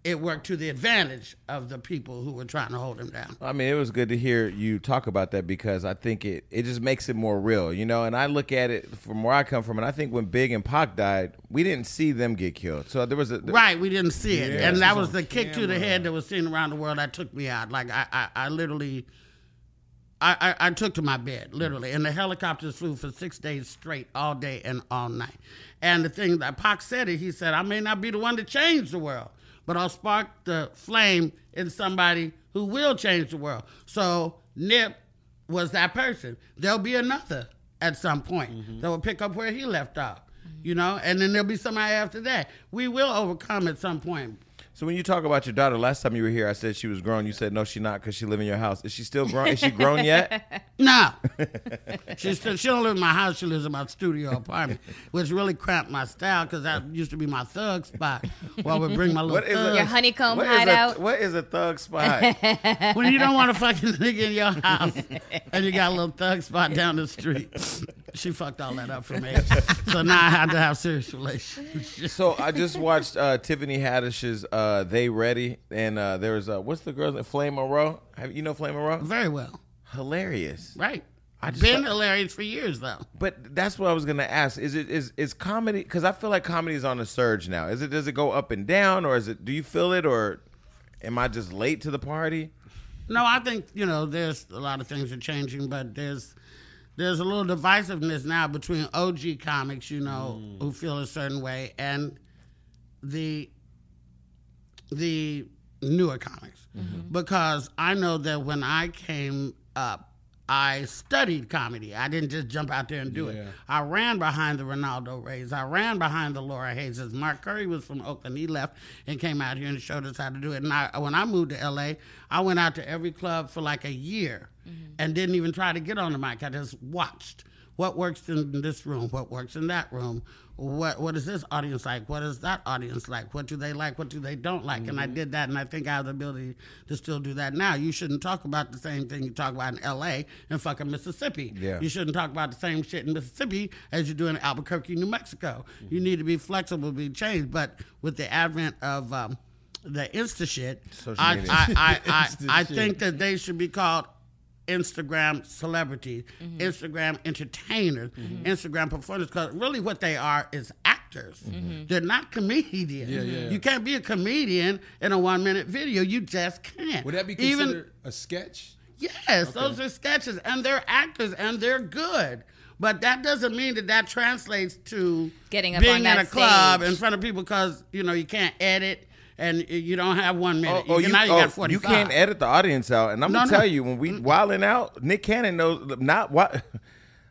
Speaker 6: it worked to the advantage of the people who were trying to hold him down.
Speaker 3: I mean, it was good to hear you talk about that because I think it, it just makes it more real, you know. And I look at it from where I come from, and I think when Big and Pac died, we didn't see them get killed. So there was a
Speaker 6: Right, we didn't see it, and that
Speaker 5: it's
Speaker 6: was
Speaker 5: on
Speaker 6: the kick to the head that was seen around the world. That took me out. Like I, I, I literally, I, I, I took to my bed literally, and the helicopters flew for six days straight, all day and all night. And the thing that Pac said it, he said, "I may not be the one to change the world, but I'll spark the flame in somebody who will change the world." So Nip was that person. There'll be another at some point that will pick up where he left off, you know, and then there'll be somebody after that. We will overcome at some point.
Speaker 3: So when you talk about your daughter, last time you were here, I said she was grown. You said no, she not because she live in your house. Is she still grown? Is she grown yet?
Speaker 6: No, *laughs* she still, she don't live in my house. She lives in my studio apartment, which really cramped my style because that used to be my thug spot. Where I would bring my little
Speaker 3: What is a-
Speaker 6: thug.
Speaker 4: Your honeycomb
Speaker 3: what is a-
Speaker 4: hideout.
Speaker 3: what is a thug
Speaker 4: *laughs*
Speaker 3: spot? *laughs*
Speaker 6: when you don't want a fucking nigga in your house and you got a little thug spot down the street. she fucked all that up for me. so now I had to have serious relationships.
Speaker 3: So I just watched uh, Tiffany Haddish's uh, "They Ready," and uh, there was uh, what's the girl's name? Flame Monroe. Have you know Flame Monroe?
Speaker 6: Very well.
Speaker 3: Hilarious.
Speaker 6: Right.
Speaker 3: I just
Speaker 6: Been
Speaker 3: thought-
Speaker 6: hilarious for years though.
Speaker 3: But that's what I was gonna ask. Is it is is comedy? Because I feel like comedy is on a surge now. Is it does it go up and down, or is it? Do you feel it, or am I just late to the party?
Speaker 6: No, I think you know there's a lot of things are changing, but there's there's a little divisiveness now between OG comics, you know, who feel a certain way, and the the newer comics, because I know that when I came up, I studied comedy. I didn't just jump out there and do it.
Speaker 5: Yeah.
Speaker 6: I ran behind the Ronaldo Rays. I ran behind the Laura Hayes. Mark Curry was from Oakland. He left and came out here and showed us how to do it. And I, when I moved to LA, I went out to every club for like a year and didn't even try to get on the mic. I just watched what works in this room, what works in that room, what what is this audience like, what is that audience like, what do they like, what do they don't like, and I did that, and I think I have the ability to still do that now. You shouldn't talk about the same thing you talk about in L.A. and fucking Mississippi.
Speaker 3: Yeah.
Speaker 6: You shouldn't talk about the same shit in Mississippi as you do in Albuquerque, New Mexico. You need to be flexible, be changed, but with the advent of um, the Insta shit,
Speaker 3: Social
Speaker 6: I,
Speaker 5: *laughs*
Speaker 3: media.
Speaker 6: I, I, I, I think that they should be called Instagram celebrities, Instagram entertainers, Instagram performers, because really what they are is actors. They're not comedians.
Speaker 5: Yeah, yeah, yeah.
Speaker 6: You can't be a comedian in a one minute video. You just can't.
Speaker 5: Would that be
Speaker 6: Even-
Speaker 5: considered a sketch? *laughs*
Speaker 6: Yes, those are sketches, and they're actors, and they're good. But that doesn't mean that that translates to
Speaker 4: Getting up
Speaker 6: being
Speaker 4: on
Speaker 6: in
Speaker 4: that
Speaker 6: a club
Speaker 4: stage.
Speaker 6: in front of people because you know you can't edit and you don't have one
Speaker 3: Oh,
Speaker 6: minute.
Speaker 3: oh,
Speaker 6: you, now you
Speaker 3: oh,
Speaker 6: got forty.
Speaker 3: you can't edit the audience out, and I'm
Speaker 6: No,
Speaker 3: gonna
Speaker 6: no.
Speaker 3: tell you when we wilding out, Nick Cannon knows not what. *laughs*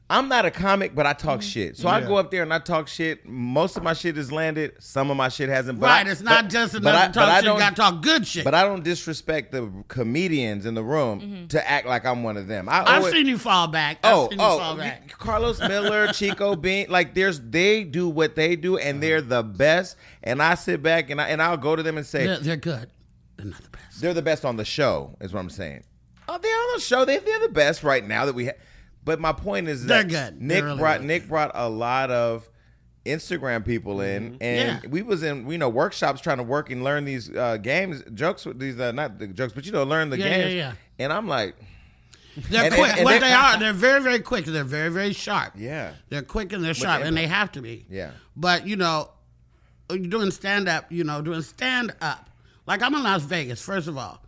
Speaker 3: I'm not a comic, but I talk
Speaker 6: Mm-hmm.
Speaker 3: shit. So I
Speaker 5: Yeah.
Speaker 3: go up there and I talk shit. Most of my shit is landed. Some of my shit hasn't. But I-
Speaker 6: Right, it's not
Speaker 3: but-
Speaker 6: just
Speaker 3: but
Speaker 6: enough
Speaker 3: I-
Speaker 6: to
Speaker 3: but
Speaker 6: talk
Speaker 3: I
Speaker 6: shit. You
Speaker 3: don't-
Speaker 6: got to talk good shit. Mm-hmm.
Speaker 3: But I don't disrespect the comedians in the room to act like I'm one of them. I
Speaker 6: I've
Speaker 3: always-
Speaker 6: seen you fall back. I've
Speaker 3: Oh,
Speaker 6: seen you fall
Speaker 3: oh,
Speaker 6: back.
Speaker 3: you-
Speaker 6: *laughs*
Speaker 3: Carlos Miller, Chico Bean, like there's they do what they do and they're the best. And I sit back and I and I'll go to them and say
Speaker 6: They're,
Speaker 3: they're,
Speaker 6: they're good. They're not the best.
Speaker 3: the best on the show is what I'm saying. Oh, they're on the show. They they're the best right now that we have. But my point is that
Speaker 6: They're good.
Speaker 3: Nick
Speaker 6: They're really
Speaker 3: brought
Speaker 6: good.
Speaker 3: Nick brought a lot of Instagram people in, and
Speaker 6: Yeah.
Speaker 3: we was in you know workshops trying to work and learn these uh, games jokes with these uh, not the jokes but you know learn the
Speaker 6: Yeah, yeah,
Speaker 3: games.
Speaker 6: yeah.
Speaker 3: And I'm like,
Speaker 6: They're
Speaker 3: and-
Speaker 6: quick.
Speaker 3: and- and
Speaker 6: what
Speaker 3: they're-
Speaker 6: they are, they're very, very quick. They're very, very sharp.
Speaker 3: Yeah.
Speaker 6: They're quick and they're sharp,
Speaker 3: they-
Speaker 6: and they have to be.
Speaker 3: Yeah.
Speaker 6: But you know, doing stand up, you know, doing stand up. Like I'm in Las Vegas. First of all,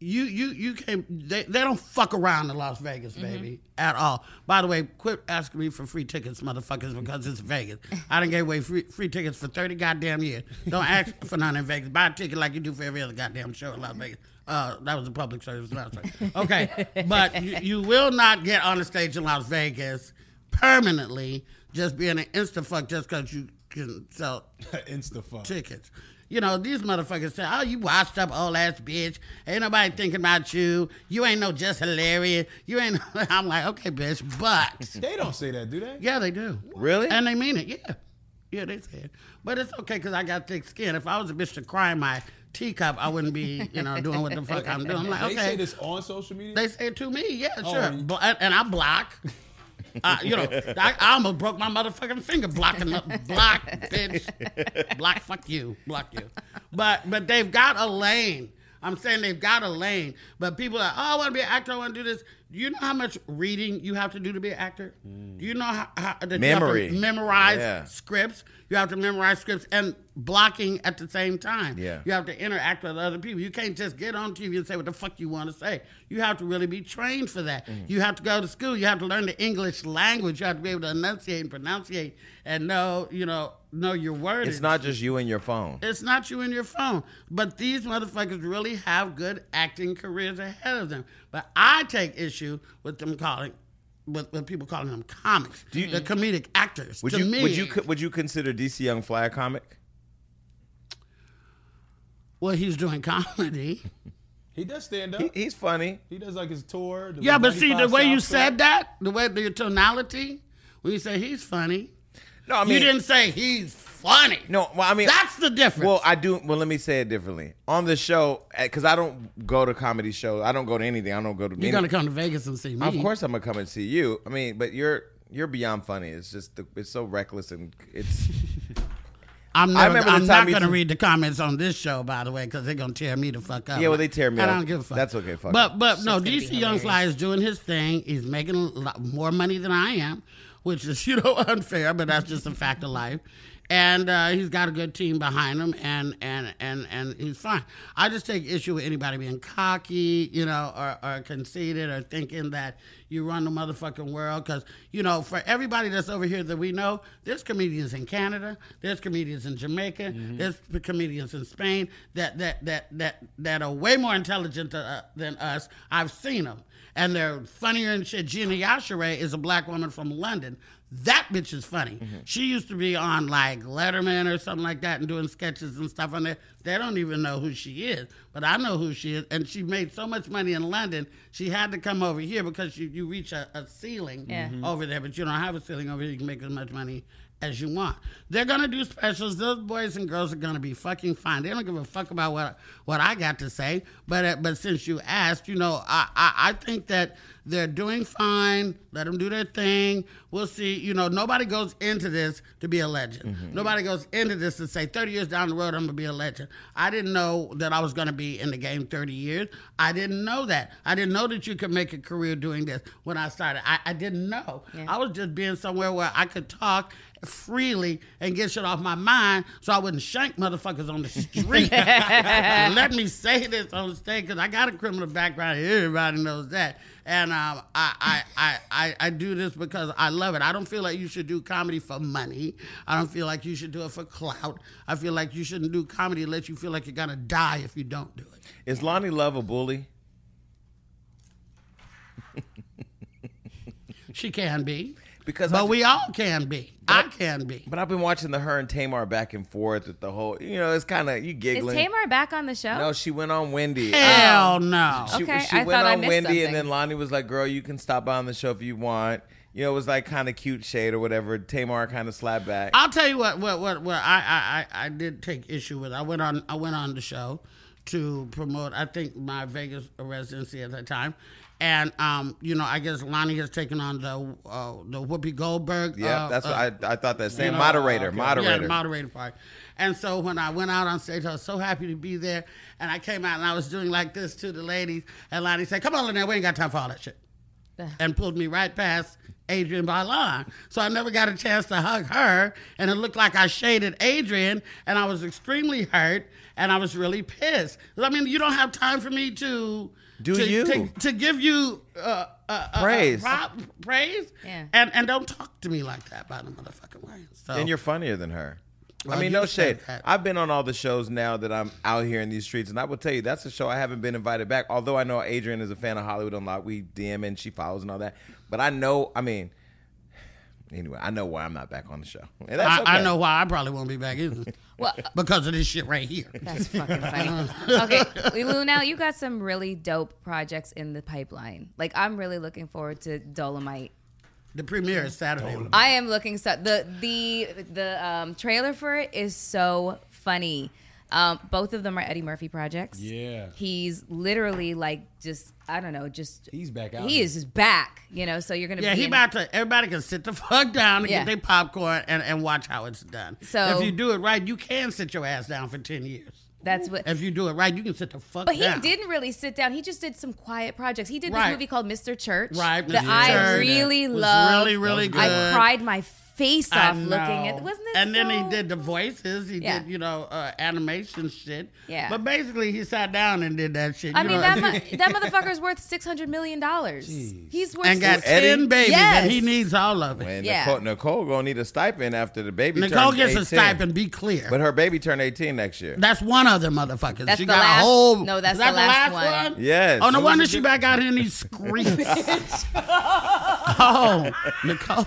Speaker 6: you you you came. They, they don't fuck around in Las Vegas, baby, at all. By the way, quit asking me for free tickets, motherfuckers, because it's Vegas. I done gave away free, free tickets for thirty goddamn years. Don't ask for none in Vegas. Buy a ticket like you do for every other goddamn show in Las Vegas. Uh, that was a public service announcement. Okay, but you, you will not get on the stage in Las Vegas permanently just being an insta fuck just because you can sell
Speaker 5: Insta fuck.
Speaker 6: tickets. You know, these motherfuckers say, oh, you washed up old ass bitch. Ain't nobody thinking about you. You ain't no just hilarious. You ain't. *laughs* I'm like, okay, bitch, but. *laughs*
Speaker 5: They don't say that, do they?
Speaker 6: yeah, they do.
Speaker 3: Really?
Speaker 6: And they mean it, yeah. Yeah, they say it. But it's okay because I got thick skin. If I was a bitch to cry in my teacup, I wouldn't be, you know, doing what the fuck I'm doing. I'm like,
Speaker 5: They
Speaker 6: okay.
Speaker 5: say this on social media.
Speaker 6: They say it to me, yeah,
Speaker 5: Oh,
Speaker 6: sure.
Speaker 5: you-
Speaker 6: Bl- and and I block. Uh, you know, I, I almost broke my motherfucking finger blocking the block, bitch. Block, fuck you, block you. But but they've got a lane. I'm saying they've got a lane. But people are, oh, I want to be an actor. I want to do this. Do you know how much reading you have to do to be an actor? Do you know how, how that you have to
Speaker 3: Memory.
Speaker 6: memorize
Speaker 3: Yeah.
Speaker 6: scripts? You have to memorize scripts and blocking at the same time.
Speaker 3: Yeah.
Speaker 6: You have to interact with other people. You can't just get on TV and say what the fuck you want to say. You have to really be trained for that.
Speaker 3: Mm.
Speaker 6: You have to go to school. You have to learn the English language. You have to be able to enunciate and pronunciate and know, you know, know your words.
Speaker 3: it's not just you and your phone.
Speaker 6: It's not you and your phone. But these motherfuckers really have good acting careers ahead of them. But I take issue with them calling, with, with people calling them comics.
Speaker 3: Do you-
Speaker 6: They're comedic actors.
Speaker 3: Would
Speaker 6: to
Speaker 3: you
Speaker 6: me,
Speaker 3: would you would you consider DC Young Fly a comic?
Speaker 6: well, he's doing *laughs* comedy.
Speaker 5: he does stand up.
Speaker 3: He,
Speaker 5: He,
Speaker 3: he's funny.
Speaker 5: does like his tour. the
Speaker 6: Yeah, but see the
Speaker 5: 95
Speaker 6: way you
Speaker 5: South Tour.
Speaker 6: said that, the way the tonality, when you say he's funny,
Speaker 3: No, I mean
Speaker 6: you didn't say he's funny.
Speaker 3: No, well, I mean
Speaker 6: that's the difference.
Speaker 3: Well, I do. Well, let me say it differently. On the show, because I don't go to comedy shows. I don't go to anything. I don't go to.
Speaker 6: you're gonna come to Vegas and see me.
Speaker 3: Of course, I'm gonna come and see you. I mean, but you're You're beyond funny. It's just the, it's so reckless and
Speaker 6: *laughs*
Speaker 3: it's
Speaker 6: I'm
Speaker 3: I
Speaker 6: never.
Speaker 3: remember the
Speaker 6: I'm
Speaker 3: time
Speaker 6: not
Speaker 3: we
Speaker 6: going to
Speaker 3: t-
Speaker 6: read the comments on this show, by the way, because they're going to tear me the fuck up.
Speaker 3: Yeah, well, they tear me
Speaker 6: I
Speaker 3: up.
Speaker 6: don't give a fuck.
Speaker 3: That's okay, fuck
Speaker 6: But
Speaker 3: it.
Speaker 6: but no,
Speaker 4: gonna be
Speaker 6: DC Young Fly is doing his thing. He's making a lot more money than I am, which is *laughs* you know unfair, but that's just a fact of life. And uh, he's got a good team behind him, and and and and he's fine. I just take issue with anybody being cocky, you know, or, or conceited, or thinking that you run the motherfucking world. Because you know, for everybody that's over here that we know, there's comedians in Canada, there's comedians in Jamaica,
Speaker 4: Mm-hmm.
Speaker 6: there's comedians in Spain that that that that that are way more intelligent to, uh, than us. I've seen them, and they're funnier and shit. Gina Yashere is a black woman from London. That bitch is funny. She used to be on like Letterman or something like that and doing sketches and stuff on there. They don't even know who she is, but I know who she is. And she made so much money in London, she had to come over here because you, you reach a, a ceiling
Speaker 4: Yeah.
Speaker 6: over there, but you don't have a ceiling over here. You can make as much money as you want. They're gonna do specials. Those boys and girls are gonna be fucking fine. They don't give a fuck about what what I got to say. But uh, but since you asked, you know, I, I I think that they're doing fine. Let them do their thing. We'll see. You know, nobody goes into this to be a legend. Nobody goes into this to say 30 years down the road I'm gonna be a legend. I didn't know that I was gonna be in the game 30 years. I didn't know that. I didn't know that you could make a career doing this when I started. I, I didn't know.
Speaker 4: Yeah.
Speaker 6: I was just being somewhere where I could talk freely and get shit off my mind so I wouldn't shank motherfuckers on the street. Let me say this on stage because I got a criminal background. Everybody knows that. And um, I, I, I, I, I do this because I love it. I don't feel like you should do comedy for money. I don't feel like you should do it for clout. I feel like you shouldn't do comedy unless you feel like you're going to die if you don't do it.
Speaker 3: is Lonnie Love a bully?
Speaker 6: She can be.
Speaker 3: Because I
Speaker 6: But
Speaker 3: ju-
Speaker 6: we all can be. I can be.
Speaker 3: but I've been watching the her and Tamar back and forth with the whole you know it's kind of you
Speaker 4: Is
Speaker 3: giggling.
Speaker 4: Tamar back on the show?
Speaker 3: no, she went on Wendy.
Speaker 6: Hell no.
Speaker 3: she,
Speaker 4: Okay,
Speaker 3: she
Speaker 4: I
Speaker 3: went
Speaker 4: thought
Speaker 3: on
Speaker 4: I missed
Speaker 3: Wendy, and
Speaker 4: something.
Speaker 3: then Lonnie was like, "Girl, you can stop by on the show if you want." You know, it was like kind of cute shade or whatever. Tamar kind of slapped back.
Speaker 6: I'll tell you what what what what I, I I I did take issue with. I went on I went on the show to promote I think my Vegas residency at that time. And um, you know, I guess Lonnie has taken on the uh, the Whoopi Goldberg.
Speaker 3: yeah,
Speaker 6: uh,
Speaker 3: that's
Speaker 6: uh,
Speaker 3: what I, I thought that same moderator, moderator.
Speaker 6: Yeah, the moderator part. And so when I went out on stage, I was so happy to be there. And I came out and I was doing like this to the ladies. And Lonnie said, "Come on, Lynette, we ain't got time for all that shit," and pulled me right past Adrian Bailon. So I never got a chance to hug her. And it looked like I shaded Adrian. And I was extremely hurt. And I was really pissed. 'Cause, I mean, you don't have time for me to
Speaker 3: Do
Speaker 6: to,
Speaker 3: you?
Speaker 6: to, to give you uh, uh, uh,
Speaker 3: Praise.
Speaker 6: uh, prop- praise.
Speaker 4: Yeah.
Speaker 6: And and don't talk to me like that by the motherfucking way. So
Speaker 3: And you're funnier than her.
Speaker 6: Well,
Speaker 3: I mean,
Speaker 6: you
Speaker 3: no
Speaker 6: said
Speaker 3: shade.
Speaker 6: that.
Speaker 3: I've been on all the shows now that I'm out here in these streets, and I will tell you that's a show I haven't been invited back. Although I know Adrian is a fan of Hollywood Unlocked, we DM and she follows and all that. But I know, I mean, *sighs* anyway, I know why I'm not back on the show, and that's
Speaker 6: I,
Speaker 3: okay.
Speaker 6: I know why I probably won't be back either. *laughs*
Speaker 4: Well,
Speaker 6: because of this shit right here.
Speaker 4: That's
Speaker 5: *laughs*
Speaker 4: fucking funny. okay, Lou, now you got some really dope projects in the pipeline. Like I'm really looking forward to Dolomite.
Speaker 6: The premiere is Saturday.
Speaker 4: I am looking so the the the um, trailer for it is so funny. Um, both of them are Eddie Murphy projects.
Speaker 5: Yeah.
Speaker 4: he's literally like just I don't know, just
Speaker 5: He's back out
Speaker 4: He
Speaker 5: here.
Speaker 4: is just back, you know. So you're gonna
Speaker 6: Yeah,
Speaker 4: be
Speaker 6: he
Speaker 4: in-
Speaker 6: about to. Everybody can sit the *laughs* fuck down and
Speaker 4: Yeah.
Speaker 6: get their popcorn and, and watch how it's done.
Speaker 4: So-
Speaker 6: if you do it right, you can sit your ass down for ten years.
Speaker 4: that's what.
Speaker 6: If you do it right, you can sit the fuck.
Speaker 4: But he
Speaker 6: down.
Speaker 4: didn't really sit down. He just did some quiet projects. He did this
Speaker 6: Right.
Speaker 4: movie called Mr. Church
Speaker 6: Right,
Speaker 4: that
Speaker 6: Mr.
Speaker 4: I
Speaker 6: Church.
Speaker 4: really
Speaker 6: It was
Speaker 4: love.
Speaker 6: really, really
Speaker 4: I
Speaker 6: good.
Speaker 4: cried my face
Speaker 6: I
Speaker 4: off looking at.
Speaker 6: know.
Speaker 4: Wasn't it?
Speaker 6: And then he
Speaker 4: so-
Speaker 6: did the voices. He
Speaker 4: Yeah.
Speaker 6: did you know uh, animation shit.
Speaker 4: Yeah.
Speaker 6: But basically, he sat down and did that shit.
Speaker 4: I
Speaker 6: you
Speaker 4: mean
Speaker 6: know.
Speaker 4: that mu-
Speaker 6: *laughs*
Speaker 4: that motherfucker's worth six hundred million dollars. He's worth
Speaker 6: and got
Speaker 4: six-
Speaker 3: Eddie?
Speaker 6: ten babies, and he
Speaker 4: Yes.
Speaker 6: needs all of it.
Speaker 3: And
Speaker 4: Yeah.
Speaker 3: Nicole, Nicole gonna need a stipend after the baby.
Speaker 6: Nicole
Speaker 3: turns
Speaker 6: gets
Speaker 3: 18.
Speaker 6: a stipend. Be clear.
Speaker 3: but her baby turned 18 next year.
Speaker 6: That's one of them motherfuckers.
Speaker 4: That's
Speaker 6: she
Speaker 4: the
Speaker 6: got
Speaker 4: last-
Speaker 6: a whole.
Speaker 4: no, that's
Speaker 6: Is that
Speaker 4: the last one.
Speaker 3: Yes.
Speaker 6: Oh, no wonder she back out here in these screens.
Speaker 4: *laughs*
Speaker 6: oh, Nicole.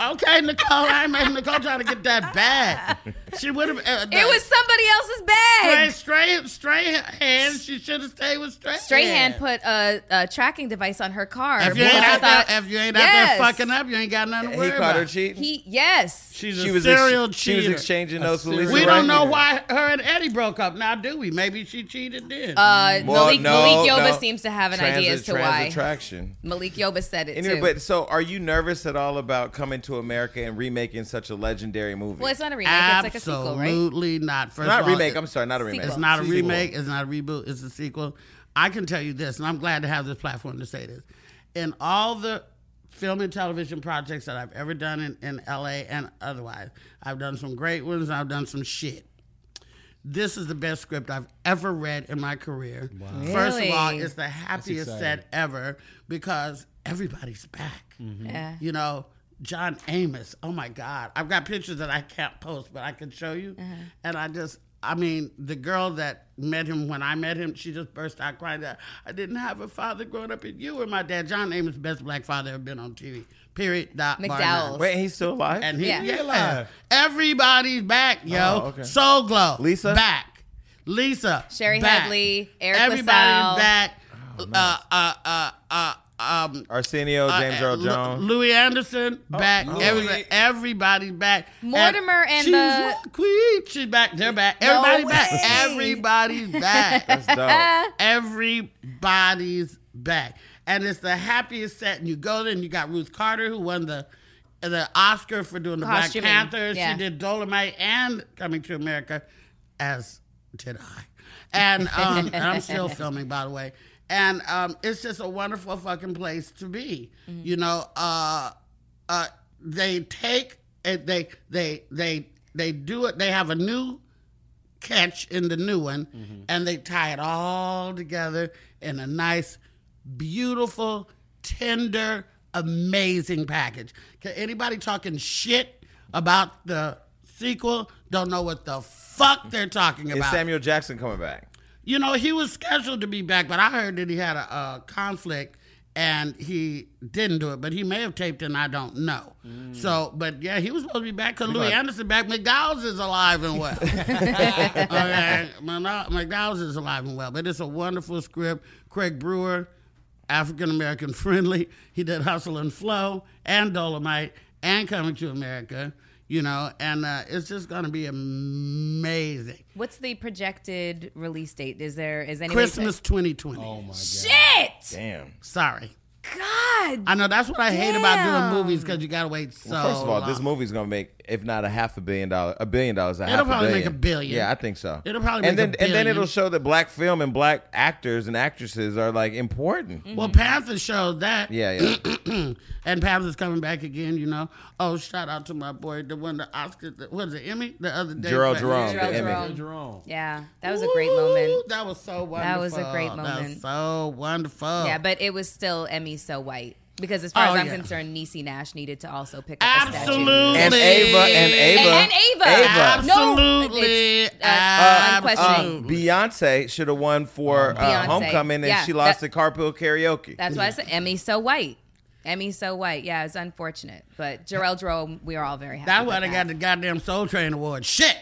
Speaker 6: Okay, Nicole. I ain't making Nicole trying to get that bag. She would have. Uh,
Speaker 4: It was somebody else's bag.
Speaker 6: straight, straight, straight hand. She should have stayed with straight.
Speaker 4: Strahan put a, a tracking device on her car.
Speaker 6: If you
Speaker 4: because
Speaker 6: ain't,
Speaker 4: I
Speaker 6: out there,
Speaker 4: thought-
Speaker 6: if you ain't
Speaker 4: Yes.
Speaker 6: out there fucking up, you ain't got nothing to worry
Speaker 3: He caught her
Speaker 6: about.
Speaker 3: cheating.
Speaker 4: He yes.
Speaker 6: She's
Speaker 3: she
Speaker 6: a
Speaker 3: was
Speaker 6: serial
Speaker 3: ex-
Speaker 6: cheater.
Speaker 3: She was exchanging notes with
Speaker 5: serial
Speaker 3: Lisa.
Speaker 6: we
Speaker 5: a
Speaker 6: don't
Speaker 5: right
Speaker 6: know
Speaker 5: cheater.
Speaker 6: why her and Eddie broke up. Now, do we? Maybe she cheated then.
Speaker 4: Uh,
Speaker 3: Well,
Speaker 4: Malik,
Speaker 3: no,
Speaker 4: Malik Yoba
Speaker 3: no.
Speaker 4: seems to have an
Speaker 3: Transit,
Speaker 4: idea as to
Speaker 3: trans
Speaker 4: why.
Speaker 3: attraction.
Speaker 4: Malik Yoba said it
Speaker 3: Anyway,
Speaker 4: too.
Speaker 3: but so are you nervous at all about coming to America and remaking such a legendary movie?
Speaker 4: well, it's not a remake. It's like a sequel, right?
Speaker 6: Absolutely not. First
Speaker 3: not
Speaker 6: of all,
Speaker 3: remake.
Speaker 6: it-
Speaker 3: I'm sorry, not a remake.
Speaker 4: Sequel.
Speaker 6: It's not a
Speaker 3: Sequel.
Speaker 6: remake. It's not a reboot. It's a sequel. I can tell you this, and I'm glad to have this platform to say this. In all the film and television projects that I've ever done in, in LA and otherwise, I've done some great ones. I've done some shit. This is the best script I've ever read in my career. First of all,
Speaker 4: Really?
Speaker 6: it's the happiest set ever because everybody's back.
Speaker 3: Mm-hmm.
Speaker 4: Yeah.
Speaker 6: You know, John Amos. Oh my God. I've got pictures that I can't post, but I can show you.
Speaker 4: Uh-huh.
Speaker 6: And I just, I mean, the girl that met him when I met him, she just burst out crying that I didn't have a father growing up, and you were my dad. John Amos, best black father ever been on TV. Period. Dot, bar none.
Speaker 4: McDowell.
Speaker 3: Wait, he's still alive?
Speaker 6: And he,
Speaker 4: Yeah.
Speaker 6: yeah.
Speaker 4: He
Speaker 5: alive.
Speaker 6: everybody's back, yo.
Speaker 3: Oh, okay.
Speaker 6: Soul Glow,
Speaker 3: Lisa?
Speaker 6: back. Lisa,
Speaker 4: Sherry
Speaker 6: back.
Speaker 4: Headley, Eric
Speaker 6: everybody's
Speaker 4: LaSalle.
Speaker 6: back.
Speaker 3: Oh,
Speaker 6: Uh, uh, uh, uh, um,
Speaker 3: Arsenio, James
Speaker 6: uh,
Speaker 3: Earl
Speaker 6: Lu-
Speaker 3: Jones.
Speaker 6: Louis Anderson back.
Speaker 3: Louis.
Speaker 6: Everybody, everybody's back.
Speaker 4: Mortimer and the-
Speaker 6: she's my queen. She's back. They're back. Everybody's back.
Speaker 4: way.
Speaker 6: Everybody's back.
Speaker 3: That's
Speaker 4: *laughs*
Speaker 3: dope.
Speaker 6: everybody's back. And it's the happiest set. And you go there and you got Ruth Carter who won the the Oscar for doing the
Speaker 4: Costuming.
Speaker 6: Black Panther.
Speaker 4: Yeah.
Speaker 6: She did Dolomite and Coming to America, as did I. And, um, and
Speaker 4: *laughs*
Speaker 6: I'm still filming, by the way. And um, it's just a wonderful fucking place to be. You know, uh, uh, they take it. They they they they do it. They have a new catch in the new one, and they tie it all together in a nice, beautiful, tender, amazing package. Can anybody talking shit about the sequel? Don't know what the fuck they're talking
Speaker 3: Is
Speaker 6: about.
Speaker 3: Samuel Jackson coming back?
Speaker 6: You know, he was scheduled to be back, but I heard that he had a, uh conflict and he didn't do it. But he may have taped and I don't know. So, but yeah, Mm. he was supposed to be back because Louis Anderson back. McDowell's is alive and *laughs* well. okay, Mc- McDowell's is alive and well, but it's a wonderful script. Craig Brewer, African American friendly. He did Hustle and Flow and Dolomite and Coming to America. You know, and uh, it's just going to be amazing.
Speaker 4: What's the projected release date? Is there is anybody
Speaker 6: Christmas 2020.
Speaker 4: Shit!
Speaker 3: Damn.
Speaker 6: Sorry.
Speaker 4: God.
Speaker 6: I know that's what I hate about
Speaker 4: Damn.
Speaker 6: doing movies because you gotta wait so.
Speaker 3: First of all,
Speaker 6: long.
Speaker 3: this movie's gonna make, if not a half a billion dollars, a billion dollars. A
Speaker 6: It'll
Speaker 3: half a
Speaker 6: probably
Speaker 3: billion.
Speaker 6: make a billion.
Speaker 3: Yeah, I think so.
Speaker 6: It'll probably
Speaker 3: and
Speaker 6: make
Speaker 3: then
Speaker 6: a
Speaker 3: and then
Speaker 6: billion.
Speaker 3: it'll show that black film and black actors and actresses are like important.
Speaker 6: Well, Panther showed that.
Speaker 3: Yeah, yeah.
Speaker 6: *clears throat* and Panther's coming back again. You know. Oh, shout out to my boy, the one the Oscar, the, what is it, Emmy, the other day.
Speaker 3: Gerald
Speaker 6: for-
Speaker 3: Jerome,
Speaker 4: Gerald
Speaker 3: the Emmy.
Speaker 4: Jerome.
Speaker 5: Jerome.
Speaker 4: Yeah, that was a great moment.
Speaker 6: Ooh, That was so wonderful.
Speaker 4: That was a great
Speaker 6: That
Speaker 4: moment.
Speaker 6: was so wonderful.
Speaker 4: Yeah, but it was still Emmy so white because as far
Speaker 6: Oh,
Speaker 4: as I'm
Speaker 6: yeah.
Speaker 4: concerned, Niecy Nash needed to also pick up a
Speaker 6: absolutely.
Speaker 4: statue.
Speaker 3: And Ava- and Ava-
Speaker 4: And, and Ava.
Speaker 3: Ava.
Speaker 4: No,
Speaker 6: Absolutely.
Speaker 4: it's, uh,
Speaker 6: Absolutely.
Speaker 4: unquestioning.
Speaker 3: Um, Beyonce should have won for uh,
Speaker 4: Beyonce.
Speaker 3: Homecoming, and
Speaker 4: Yeah,
Speaker 3: she lost
Speaker 4: that-
Speaker 3: to Carpool Karaoke.
Speaker 4: That's why I said Emmy so white. Emmy so white. Yeah, it's unfortunate, but Jarell Jerome, we are all very happy.
Speaker 6: That's
Speaker 4: with
Speaker 6: why they got the goddamn Soul Train Award.
Speaker 4: *laughs*
Speaker 6: Shit.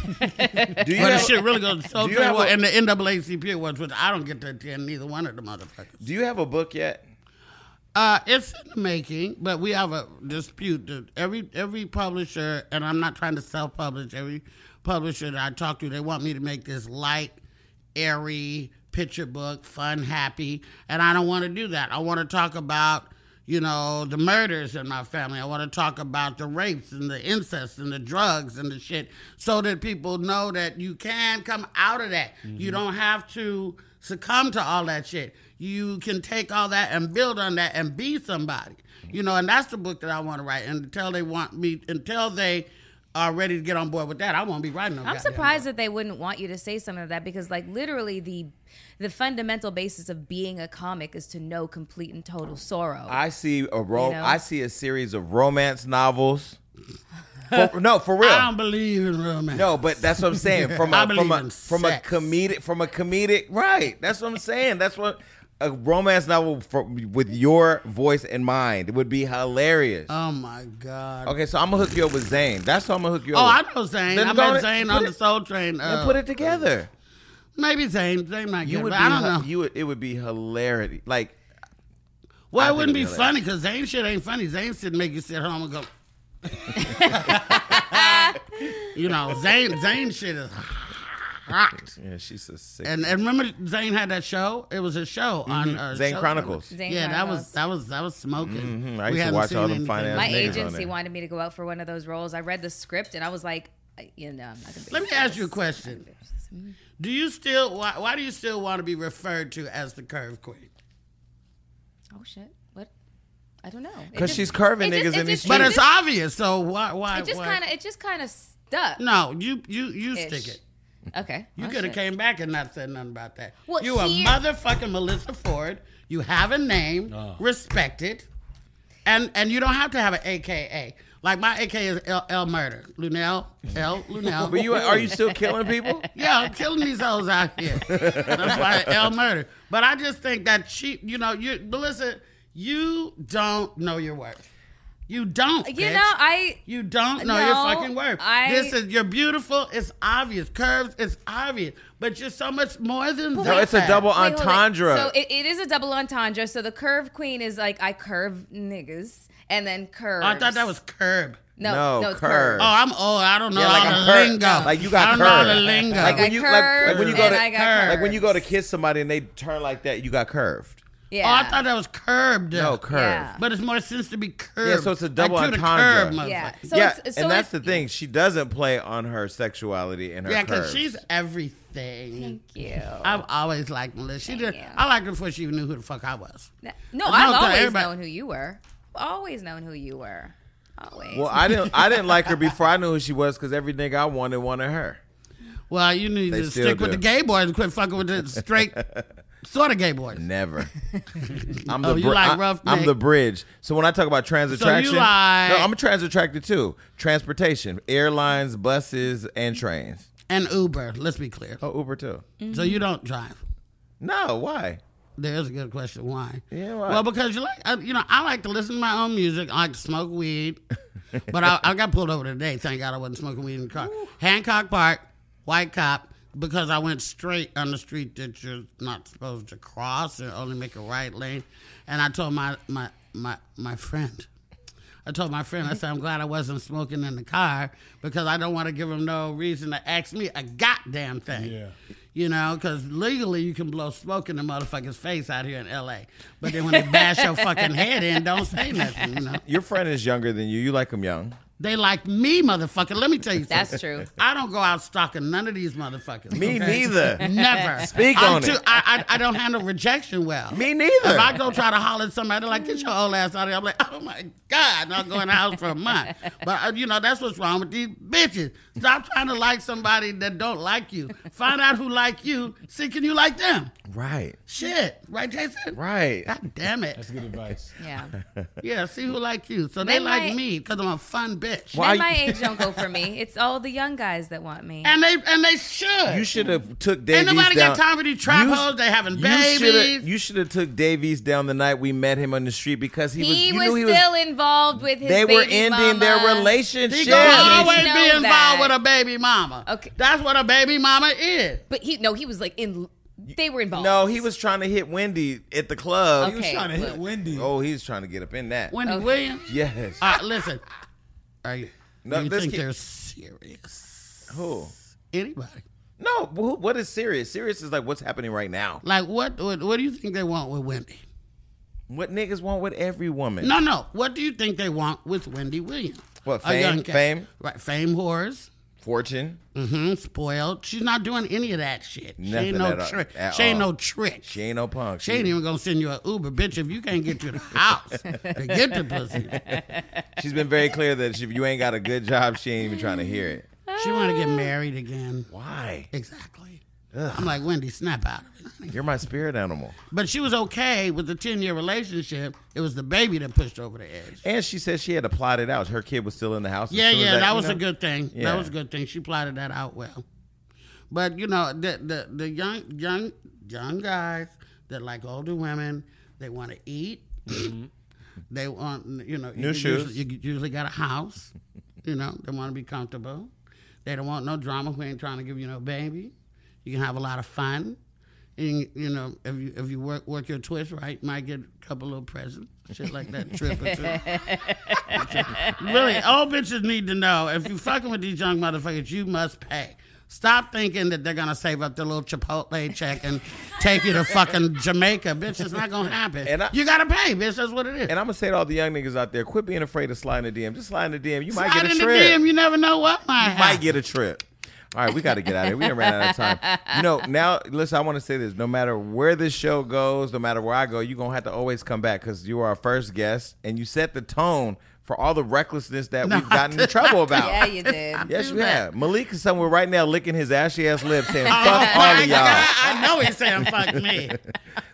Speaker 3: Do you
Speaker 6: But
Speaker 3: have,
Speaker 6: it should really go to Soul
Speaker 3: Do you
Speaker 6: Train
Speaker 3: have
Speaker 6: Award
Speaker 3: a-
Speaker 6: and the NAACP Awards, which I don't get to attend neither one of the motherfuckers.
Speaker 3: do you have a book yet?
Speaker 6: Uh, it's in the making, but we have a dispute. that Every every publisher, and I'm not trying to self-publish. Every publisher that I talk to, they want me to make this light, airy picture book, fun, happy, and I don't want to do that. I want to talk about you know the murders in my family. I want to talk about the rapes and the incest and the drugs and the shit, so that people know that you can come out of that.
Speaker 3: Mm-hmm.
Speaker 6: You don't have to succumb to all that shit. You can take all that and build on that and be somebody. You know, and that's the book that I want to write. And until they want me, until they are ready to get on board with that, I won't be writing no
Speaker 4: I'm
Speaker 6: goddamn
Speaker 4: surprised
Speaker 6: book.
Speaker 4: that they wouldn't want you to say something of that because, like, literally the the fundamental basis of being a comic is to know complete and total sorrow.
Speaker 3: I see a ro-
Speaker 4: You know?
Speaker 3: I see a series of romance novels. For- no, for real.
Speaker 6: I don't believe in romance.
Speaker 3: No, but that's what I'm
Speaker 6: *laughs*
Speaker 3: saying. From
Speaker 6: I
Speaker 3: a from
Speaker 6: believe
Speaker 3: a
Speaker 6: in
Speaker 3: from a
Speaker 6: sex.
Speaker 3: comedic from a comedic right. That's what I'm saying. That's what a romance novel for, with your voice in mind. It would be hilarious.
Speaker 6: Oh my God.
Speaker 3: okay, so I'm gonna hook you up with Zayn. That's who I'm gonna hook you
Speaker 6: Oh, I
Speaker 3: up. with.
Speaker 6: know Zayn.
Speaker 3: Then
Speaker 6: I
Speaker 3: go
Speaker 6: met
Speaker 3: and
Speaker 6: Zayn
Speaker 3: put
Speaker 6: on
Speaker 3: it-
Speaker 6: the Soul Train. Uh,
Speaker 3: And put it together.
Speaker 6: Maybe Zayn. Zayn might
Speaker 3: You
Speaker 6: get it,
Speaker 3: would.
Speaker 6: but
Speaker 3: Be,
Speaker 6: I don't
Speaker 3: hi-
Speaker 6: know.
Speaker 3: You would. It would be hilarity. Like I
Speaker 6: well, it
Speaker 3: think
Speaker 6: wouldn't be
Speaker 3: it'd be
Speaker 6: funny because Zayn shit ain't funny. Zayn shit make you sit home and go. *laughs* you know, Zayn Zayn shit is hot.
Speaker 3: yeah, she's a sick.
Speaker 6: And and remember, Zayn had that show. It was a show on
Speaker 3: Zayn
Speaker 6: uh, Showtime.
Speaker 3: Mm-hmm. Chronicles. Mm-hmm.
Speaker 4: Zayn
Speaker 6: yeah, that
Speaker 4: Chronicles.
Speaker 6: was that was that was smoking.
Speaker 3: I used to
Speaker 6: hadn't
Speaker 3: watch
Speaker 6: seen
Speaker 3: all them
Speaker 6: anything.
Speaker 3: fine-ass
Speaker 4: My
Speaker 3: niggas on
Speaker 4: agency
Speaker 3: there.
Speaker 4: wanted me to go out for one of those roles. I read the script and I was like, I- you know, I'm not gonna. Be Mm,
Speaker 6: Let me ask you a question. Do you still why, why do you still want to be referred to as the curve queen?
Speaker 4: Oh shit! What? I don't know. It
Speaker 3: 'Cause
Speaker 4: just-
Speaker 3: she's curving
Speaker 4: it
Speaker 3: niggas
Speaker 4: just-
Speaker 3: in
Speaker 4: it
Speaker 3: these
Speaker 4: just-
Speaker 6: But
Speaker 4: it
Speaker 6: it's
Speaker 4: just-
Speaker 6: obvious, so why why
Speaker 4: It just
Speaker 6: why-
Speaker 4: kind of. It just kind of stuck.
Speaker 6: No, you you you stick it.
Speaker 4: Okay.
Speaker 6: You
Speaker 4: Oh,
Speaker 6: could
Speaker 4: shit.
Speaker 6: have came back and not said nothing about that.
Speaker 4: Well,
Speaker 6: you a
Speaker 4: here-
Speaker 6: motherfucking Melissa Ford. You have a name, respect it, and and you don't have to have an AKA. Like my AKA is L, L Murder, Lunel L
Speaker 3: *laughs*
Speaker 6: Lunel.
Speaker 3: But you are you still killing
Speaker 6: *laughs*
Speaker 3: people?
Speaker 6: Yeah, I'm killing these hoes out here. That's why L murder. But I just think that she, you know, you Melissa, you don't know your worth. You don't.
Speaker 4: You
Speaker 6: bitch.
Speaker 4: know, I.
Speaker 6: You don't know your
Speaker 4: No,
Speaker 6: fucking worth.
Speaker 4: I-
Speaker 6: this is you're beautiful. It's obvious. Curves. It's obvious. But you're so much more than that.
Speaker 3: No, it's a double
Speaker 4: Wait, hold on.
Speaker 3: entendre.
Speaker 4: So it, it is a double entendre. So the curve queen is like I curve niggas and then curve.
Speaker 6: Oh, I thought that was curb.
Speaker 4: no,
Speaker 3: No,
Speaker 4: no, it's curve.
Speaker 6: Oh, I'm old. I don't know
Speaker 3: Yeah,
Speaker 6: all
Speaker 3: like
Speaker 6: the
Speaker 3: I'm curb.
Speaker 6: lingo.
Speaker 3: Like you got
Speaker 6: I don't know all the
Speaker 3: curb.
Speaker 6: lingo.
Speaker 3: Like
Speaker 4: I
Speaker 3: when
Speaker 4: got
Speaker 3: you- like- like
Speaker 4: curved
Speaker 3: when you go to-
Speaker 4: and I got
Speaker 6: Curve.
Speaker 3: like when you go to
Speaker 4: curves.
Speaker 3: kiss somebody and they turn like that, you got curved.
Speaker 4: Yeah.
Speaker 6: Oh, I thought that was curbed.
Speaker 3: No curved.
Speaker 4: Yeah.
Speaker 6: But it's more sense to be curved.
Speaker 3: Yeah, so it's a double
Speaker 6: like, to the
Speaker 3: entendre.
Speaker 6: curb, motherfucker.
Speaker 4: Yeah. So
Speaker 3: yeah,
Speaker 4: it's- so
Speaker 3: and that's the
Speaker 4: it's-
Speaker 3: thing. She doesn't play on her sexuality and her.
Speaker 6: Yeah,
Speaker 3: curves.
Speaker 6: because she's everything.
Speaker 4: Thank you.
Speaker 6: I've always liked Melissa. She
Speaker 4: Thank
Speaker 6: did.
Speaker 4: you.
Speaker 6: I liked her before she even knew who the fuck I was.
Speaker 4: No, no,
Speaker 6: But
Speaker 4: I've
Speaker 6: no, 'cause
Speaker 4: always
Speaker 6: everybody-
Speaker 4: known who you were. Always known who you were. Always.
Speaker 3: Well, I didn't. I didn't like her before I knew who she was because every nigga I wanted wanted her.
Speaker 6: Well, you need
Speaker 3: They
Speaker 6: to
Speaker 3: still
Speaker 6: stick with
Speaker 3: do.
Speaker 6: the gay boys and quit fucking with the
Speaker 3: *laughs*
Speaker 6: straight sort of gay boys. *laughs*
Speaker 3: Never. I'm the
Speaker 6: Oh, you like
Speaker 3: I-
Speaker 6: rough
Speaker 3: I'm
Speaker 6: neck.
Speaker 3: the bridge. So when I talk about trans
Speaker 6: So you
Speaker 3: attraction,
Speaker 6: like-
Speaker 3: no, I'm a trans attracted too. Transportation, airlines, buses, and trains.
Speaker 6: And Uber, let's be clear.
Speaker 3: Oh, Uber too.
Speaker 4: Mm.
Speaker 6: So you don't drive.
Speaker 3: No, why?
Speaker 6: There's a good question. Why?
Speaker 3: Yeah, why?
Speaker 6: Well, because you like, uh, you know, I like to listen to my own music. I like to smoke
Speaker 3: *laughs*
Speaker 6: weed, but I, I got pulled over today. Thank God I wasn't smoking weed in the car. Hancock Park, white cop, because I went straight on the street that you're not supposed to cross and only make a right lane. And I told my my my my friend, I told my friend, I said, I'm glad I wasn't smoking in the car because I don't want to give him no reason to ask me a goddamn thing.
Speaker 5: Yeah.
Speaker 6: You know, because legally you can blow smoke in the motherfucker's face out here in LA. But then when they bash your fucking head in, don't say nothing, you know.
Speaker 3: Your friend is younger than you. You like him young.
Speaker 6: They like me, motherfucker. Let me tell you something.
Speaker 4: That's true.
Speaker 6: I don't go out stalking none of these motherfuckers.
Speaker 3: Me
Speaker 6: okay?
Speaker 3: neither.
Speaker 6: *laughs*
Speaker 3: *laughs*
Speaker 6: Never.
Speaker 3: Speak
Speaker 6: I'm
Speaker 3: on
Speaker 6: too,
Speaker 3: it.
Speaker 6: I, I, I don't handle rejection well.
Speaker 3: Me neither.
Speaker 6: If I go try to holler at somebody, they're like, get your old ass out of here. I'm like, oh my God, and I'll go in the house for a month. But, uh, you know, that's what's wrong with these bitches. Stop trying to like somebody that don't like you. Find out who like you. See, can you like them?
Speaker 3: Right.
Speaker 6: Shit. Right, Jason?
Speaker 3: Right.
Speaker 6: God damn
Speaker 5: That's
Speaker 6: it.
Speaker 5: good advice.
Speaker 3: *laughs*
Speaker 4: yeah.
Speaker 6: Yeah, see who like you. So they
Speaker 4: They
Speaker 6: like
Speaker 4: might-
Speaker 6: me because I'm a fun bitch.
Speaker 3: Why-
Speaker 4: Men my age don't go for me. It's all the young guys that want me.
Speaker 6: And they and they should.
Speaker 3: You should have took
Speaker 6: Ain't
Speaker 3: Davies
Speaker 6: nobody
Speaker 3: down.
Speaker 6: got time for these trap
Speaker 3: You-
Speaker 6: hoes. They having
Speaker 3: You shoulda-
Speaker 6: babies.
Speaker 3: You should have took Davies down the night we met him on the street because he, was.
Speaker 4: He
Speaker 3: you
Speaker 4: was,
Speaker 3: knew he
Speaker 4: still involved with his
Speaker 3: they were
Speaker 4: baby
Speaker 3: ending
Speaker 4: mama.
Speaker 3: their relationship.
Speaker 6: She gonna
Speaker 4: He
Speaker 6: always
Speaker 4: didn't
Speaker 6: be
Speaker 4: know
Speaker 6: involved
Speaker 4: that.
Speaker 6: with a baby mama.
Speaker 4: Okay.
Speaker 6: That's what a baby mama is.
Speaker 4: But he no, he was like in. They were involved.
Speaker 3: No, he was trying to hit Wendy at the club.
Speaker 4: Okay.
Speaker 5: Trying to hit
Speaker 4: look.
Speaker 5: Wendy.
Speaker 3: Oh, he's trying to get up in that.
Speaker 6: Wendy
Speaker 4: Okay.
Speaker 6: Williams.
Speaker 3: yes.
Speaker 6: All right, listen. Are you?
Speaker 3: No,
Speaker 6: do you
Speaker 3: this
Speaker 6: think
Speaker 3: kid-
Speaker 6: they're serious?
Speaker 3: Who?
Speaker 6: Anybody?
Speaker 3: No. Who, what is serious? Serious is like what's happening right now.
Speaker 6: Like what, what? What do you think they want with Wendy?
Speaker 3: What niggas want with every woman?
Speaker 6: No, no. What do you think they want with Wendy Williams?
Speaker 3: What,
Speaker 6: A young
Speaker 3: fame?
Speaker 6: cat.
Speaker 3: Fame?
Speaker 6: Right. Fame whores.
Speaker 3: Fortune.
Speaker 6: hmm Spoiled. She's not doing any of that shit. she
Speaker 3: Nothing
Speaker 6: ain't no
Speaker 3: at all-
Speaker 6: trick.
Speaker 3: at
Speaker 6: She ain't
Speaker 3: all.
Speaker 6: no trick.
Speaker 3: She ain't no punk.
Speaker 6: She ain't even gonna send you an Uber, bitch, if you can't get to the house to get the pussy.
Speaker 3: She's been very clear that if you ain't got a good job, she ain't even trying to hear it.
Speaker 6: She wanna get married again.
Speaker 3: Why?
Speaker 6: Exactly. I'm like, Wendy, snap out of it.
Speaker 3: You're my spirit animal.
Speaker 6: But she was okay with the 10 year relationship. It was the baby that pushed her over the edge.
Speaker 3: And she said she had to plot it out. Her kid was still in the house. as
Speaker 6: Yeah,
Speaker 3: soon as
Speaker 6: yeah, that,
Speaker 3: you
Speaker 6: was
Speaker 3: know?
Speaker 6: a good thing.
Speaker 3: Yeah.
Speaker 6: That was a good thing. She plotted that out well. But you know, the the, the young young young guys that like older women. They want to eat. they want, you know,
Speaker 3: Mm-hmm. New
Speaker 6: you
Speaker 3: shoes.
Speaker 6: Usually, you usually got a house. You know, they want to be comfortable. They don't want no drama. We ain't trying to give you no baby. You can have a lot of fun. And, you know, if you if you work work your twist right, you might get a couple little presents, shit like that, trip or
Speaker 3: *laughs*
Speaker 6: two really, old bitches need to know if you fucking with these young motherfuckers, you must pay. Stop thinking that they're gonna save up their little Chipotle check and take you to fucking Jamaica, bitch. It's not gonna happen.
Speaker 3: And I-
Speaker 6: you gotta pay, bitch. That's what it is.
Speaker 3: And I'm gonna say to all the young niggas out there, quit being afraid to slide in the DM. Just slide in the DM. You might
Speaker 6: Slide
Speaker 3: get a
Speaker 6: in
Speaker 3: trip.
Speaker 6: the DM, you never know what might happen.
Speaker 3: might get a trip. All right, we got to get out of here. We done ran out of time. You know, now listen. I want to say this. No matter where this show goes, no matter where I go, you're gonna have to always come back because you are our first guest, and you set the tone for all the recklessness that we've gotten in
Speaker 6: *laughs*
Speaker 3: trouble about.
Speaker 4: Yeah, you did.
Speaker 3: *laughs* yes, you
Speaker 6: that. Oh
Speaker 3: have. Malik is somewhere right now licking his ashy ass lips,
Speaker 6: *laughs*
Speaker 3: saying "fuck all of y'all."
Speaker 6: I know he's saying fuck me.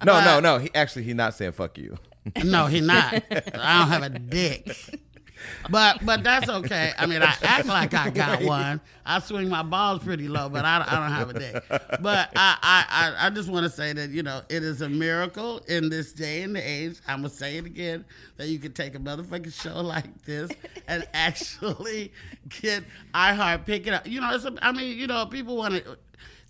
Speaker 3: No, no, no. He actually he not saying "fuck you."
Speaker 6: No, he not. I don't have a dick. But but that's okay. I mean, I act like I got one. I swing my balls pretty low, but I, I don't have a dick. But I I, I, I just want to say that you know it is a miracle in this day and age. I'm gonna say it again that you could take a motherfucking show like this and actually get iHeart pick it up. You know, it's a, I mean, you know, people want to.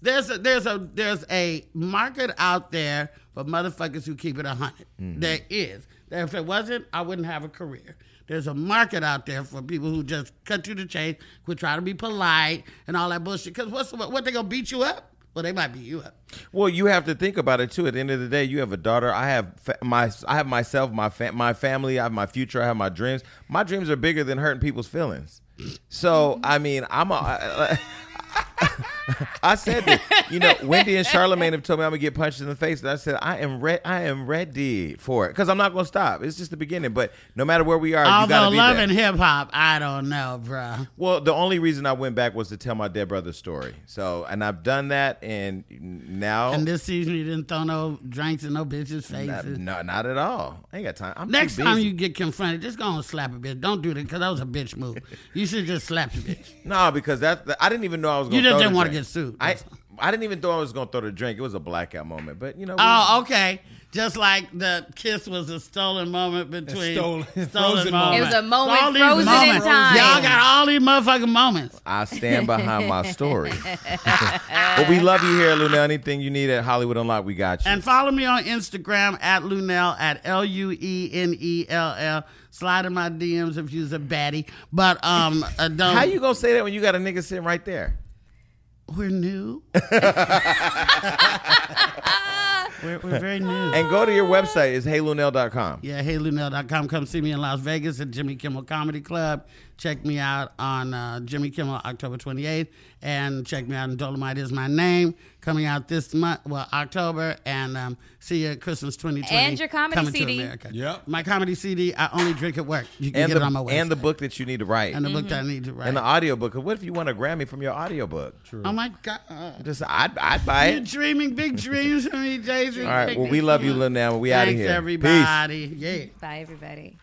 Speaker 6: There's a there's a there's a market out there for motherfuckers who keep it a 100
Speaker 3: Mm-hmm.
Speaker 6: There is. If it wasn't, I wouldn't have a career. There's a market out there for people who just cut you to chase, quit trying to be polite and all that bullshit. Because what's what, what they gonna beat you up? Well, they might beat you up.
Speaker 3: Well, Oh, you have to think about it too. At the end of the day, you have a daughter. I have fa- my, I have myself, my fa- my family. I have my future. I have my dreams. My dreams are bigger than hurting people's feelings. So, I mean, I'm a. I, I *laughs* said this. You know, Wendy and Charlemagne have told me I'm gonna get punched in the face, and I said I am re- I am ready for it because I'm not gonna stop. It's just the beginning. But no matter where we are, you
Speaker 6: Although
Speaker 3: gotta be
Speaker 6: love
Speaker 3: there.
Speaker 6: and hip hop, I don't know, bruh.
Speaker 3: Well, the only reason I went back was to tell my dead brother's story. So, and I've done that, and now
Speaker 6: And this season, you didn't throw no drinks in no bitches'
Speaker 3: Not-
Speaker 6: faces.
Speaker 3: no, not at all. I ain't got time. I'm
Speaker 6: Next
Speaker 3: too
Speaker 6: time
Speaker 3: busy.
Speaker 6: you get confronted, just go and slap a bitch. Don't do that because that was a bitch move. You should just slap the bitch.
Speaker 3: no, because that, that- I didn't even know I was. Gonna
Speaker 6: You just
Speaker 3: throw the
Speaker 6: didn't wanna
Speaker 3: drink.
Speaker 6: get sued,
Speaker 3: I
Speaker 6: that's all.
Speaker 3: I didn't even know I was gonna throw the drink. It was a blackout moment, but you know. we-
Speaker 6: Oh, okay. Just like the kiss was a stolen moment between
Speaker 5: stolen-
Speaker 6: stolen,
Speaker 5: frozen
Speaker 6: moment.
Speaker 5: moment.
Speaker 4: It was a moment
Speaker 6: All these
Speaker 4: frozen in
Speaker 6: moments.
Speaker 4: time.
Speaker 6: Y'all got all these motherfucking moments.
Speaker 3: I stand behind my
Speaker 6: *laughs*
Speaker 3: story. *laughs* but we love you here, Luna. Anything you need at Hollywood Unlocked, we got you.
Speaker 6: And follow me on Instagram at Lunel at L U E N E L L. Slide in my DMs if you's a baddie. But um, uh, don't.
Speaker 3: How you gonna say that when you got a nigga sitting right there?
Speaker 6: We're new. we're, we're very new.
Speaker 3: And go to your website. It's heylunel.com.
Speaker 6: Yeah, heylunel.com. Come see me in Las Vegas at Jimmy Kimmel Comedy Club. Check me out on uh, Jimmy Kimmel October 28th. And check me out in Dolomite is My Name, coming out this month, well, October. And um, see you at Christmas 2020.
Speaker 4: And your comedy
Speaker 6: coming
Speaker 4: CD.
Speaker 6: To America.
Speaker 5: Yep.
Speaker 6: My comedy CD, I only drink at work. You can
Speaker 3: And
Speaker 6: get it on my
Speaker 3: the,
Speaker 6: website.
Speaker 3: and the book that you need to write.
Speaker 6: And
Speaker 3: And
Speaker 6: the book that
Speaker 4: Mm-hmm.
Speaker 6: I need to write.
Speaker 3: the audiobook. What if you want a Grammy from your audiobook?
Speaker 6: oh, my God.
Speaker 3: Just I'd, I'd buy
Speaker 6: You're
Speaker 3: it.
Speaker 6: dreaming big dreams for me, Jay-Z.
Speaker 3: All right. Well, we love you, Lil Now. We out of
Speaker 6: Thanks,
Speaker 3: here. Peace.
Speaker 6: everybody. Yeah.
Speaker 4: Bye, everybody.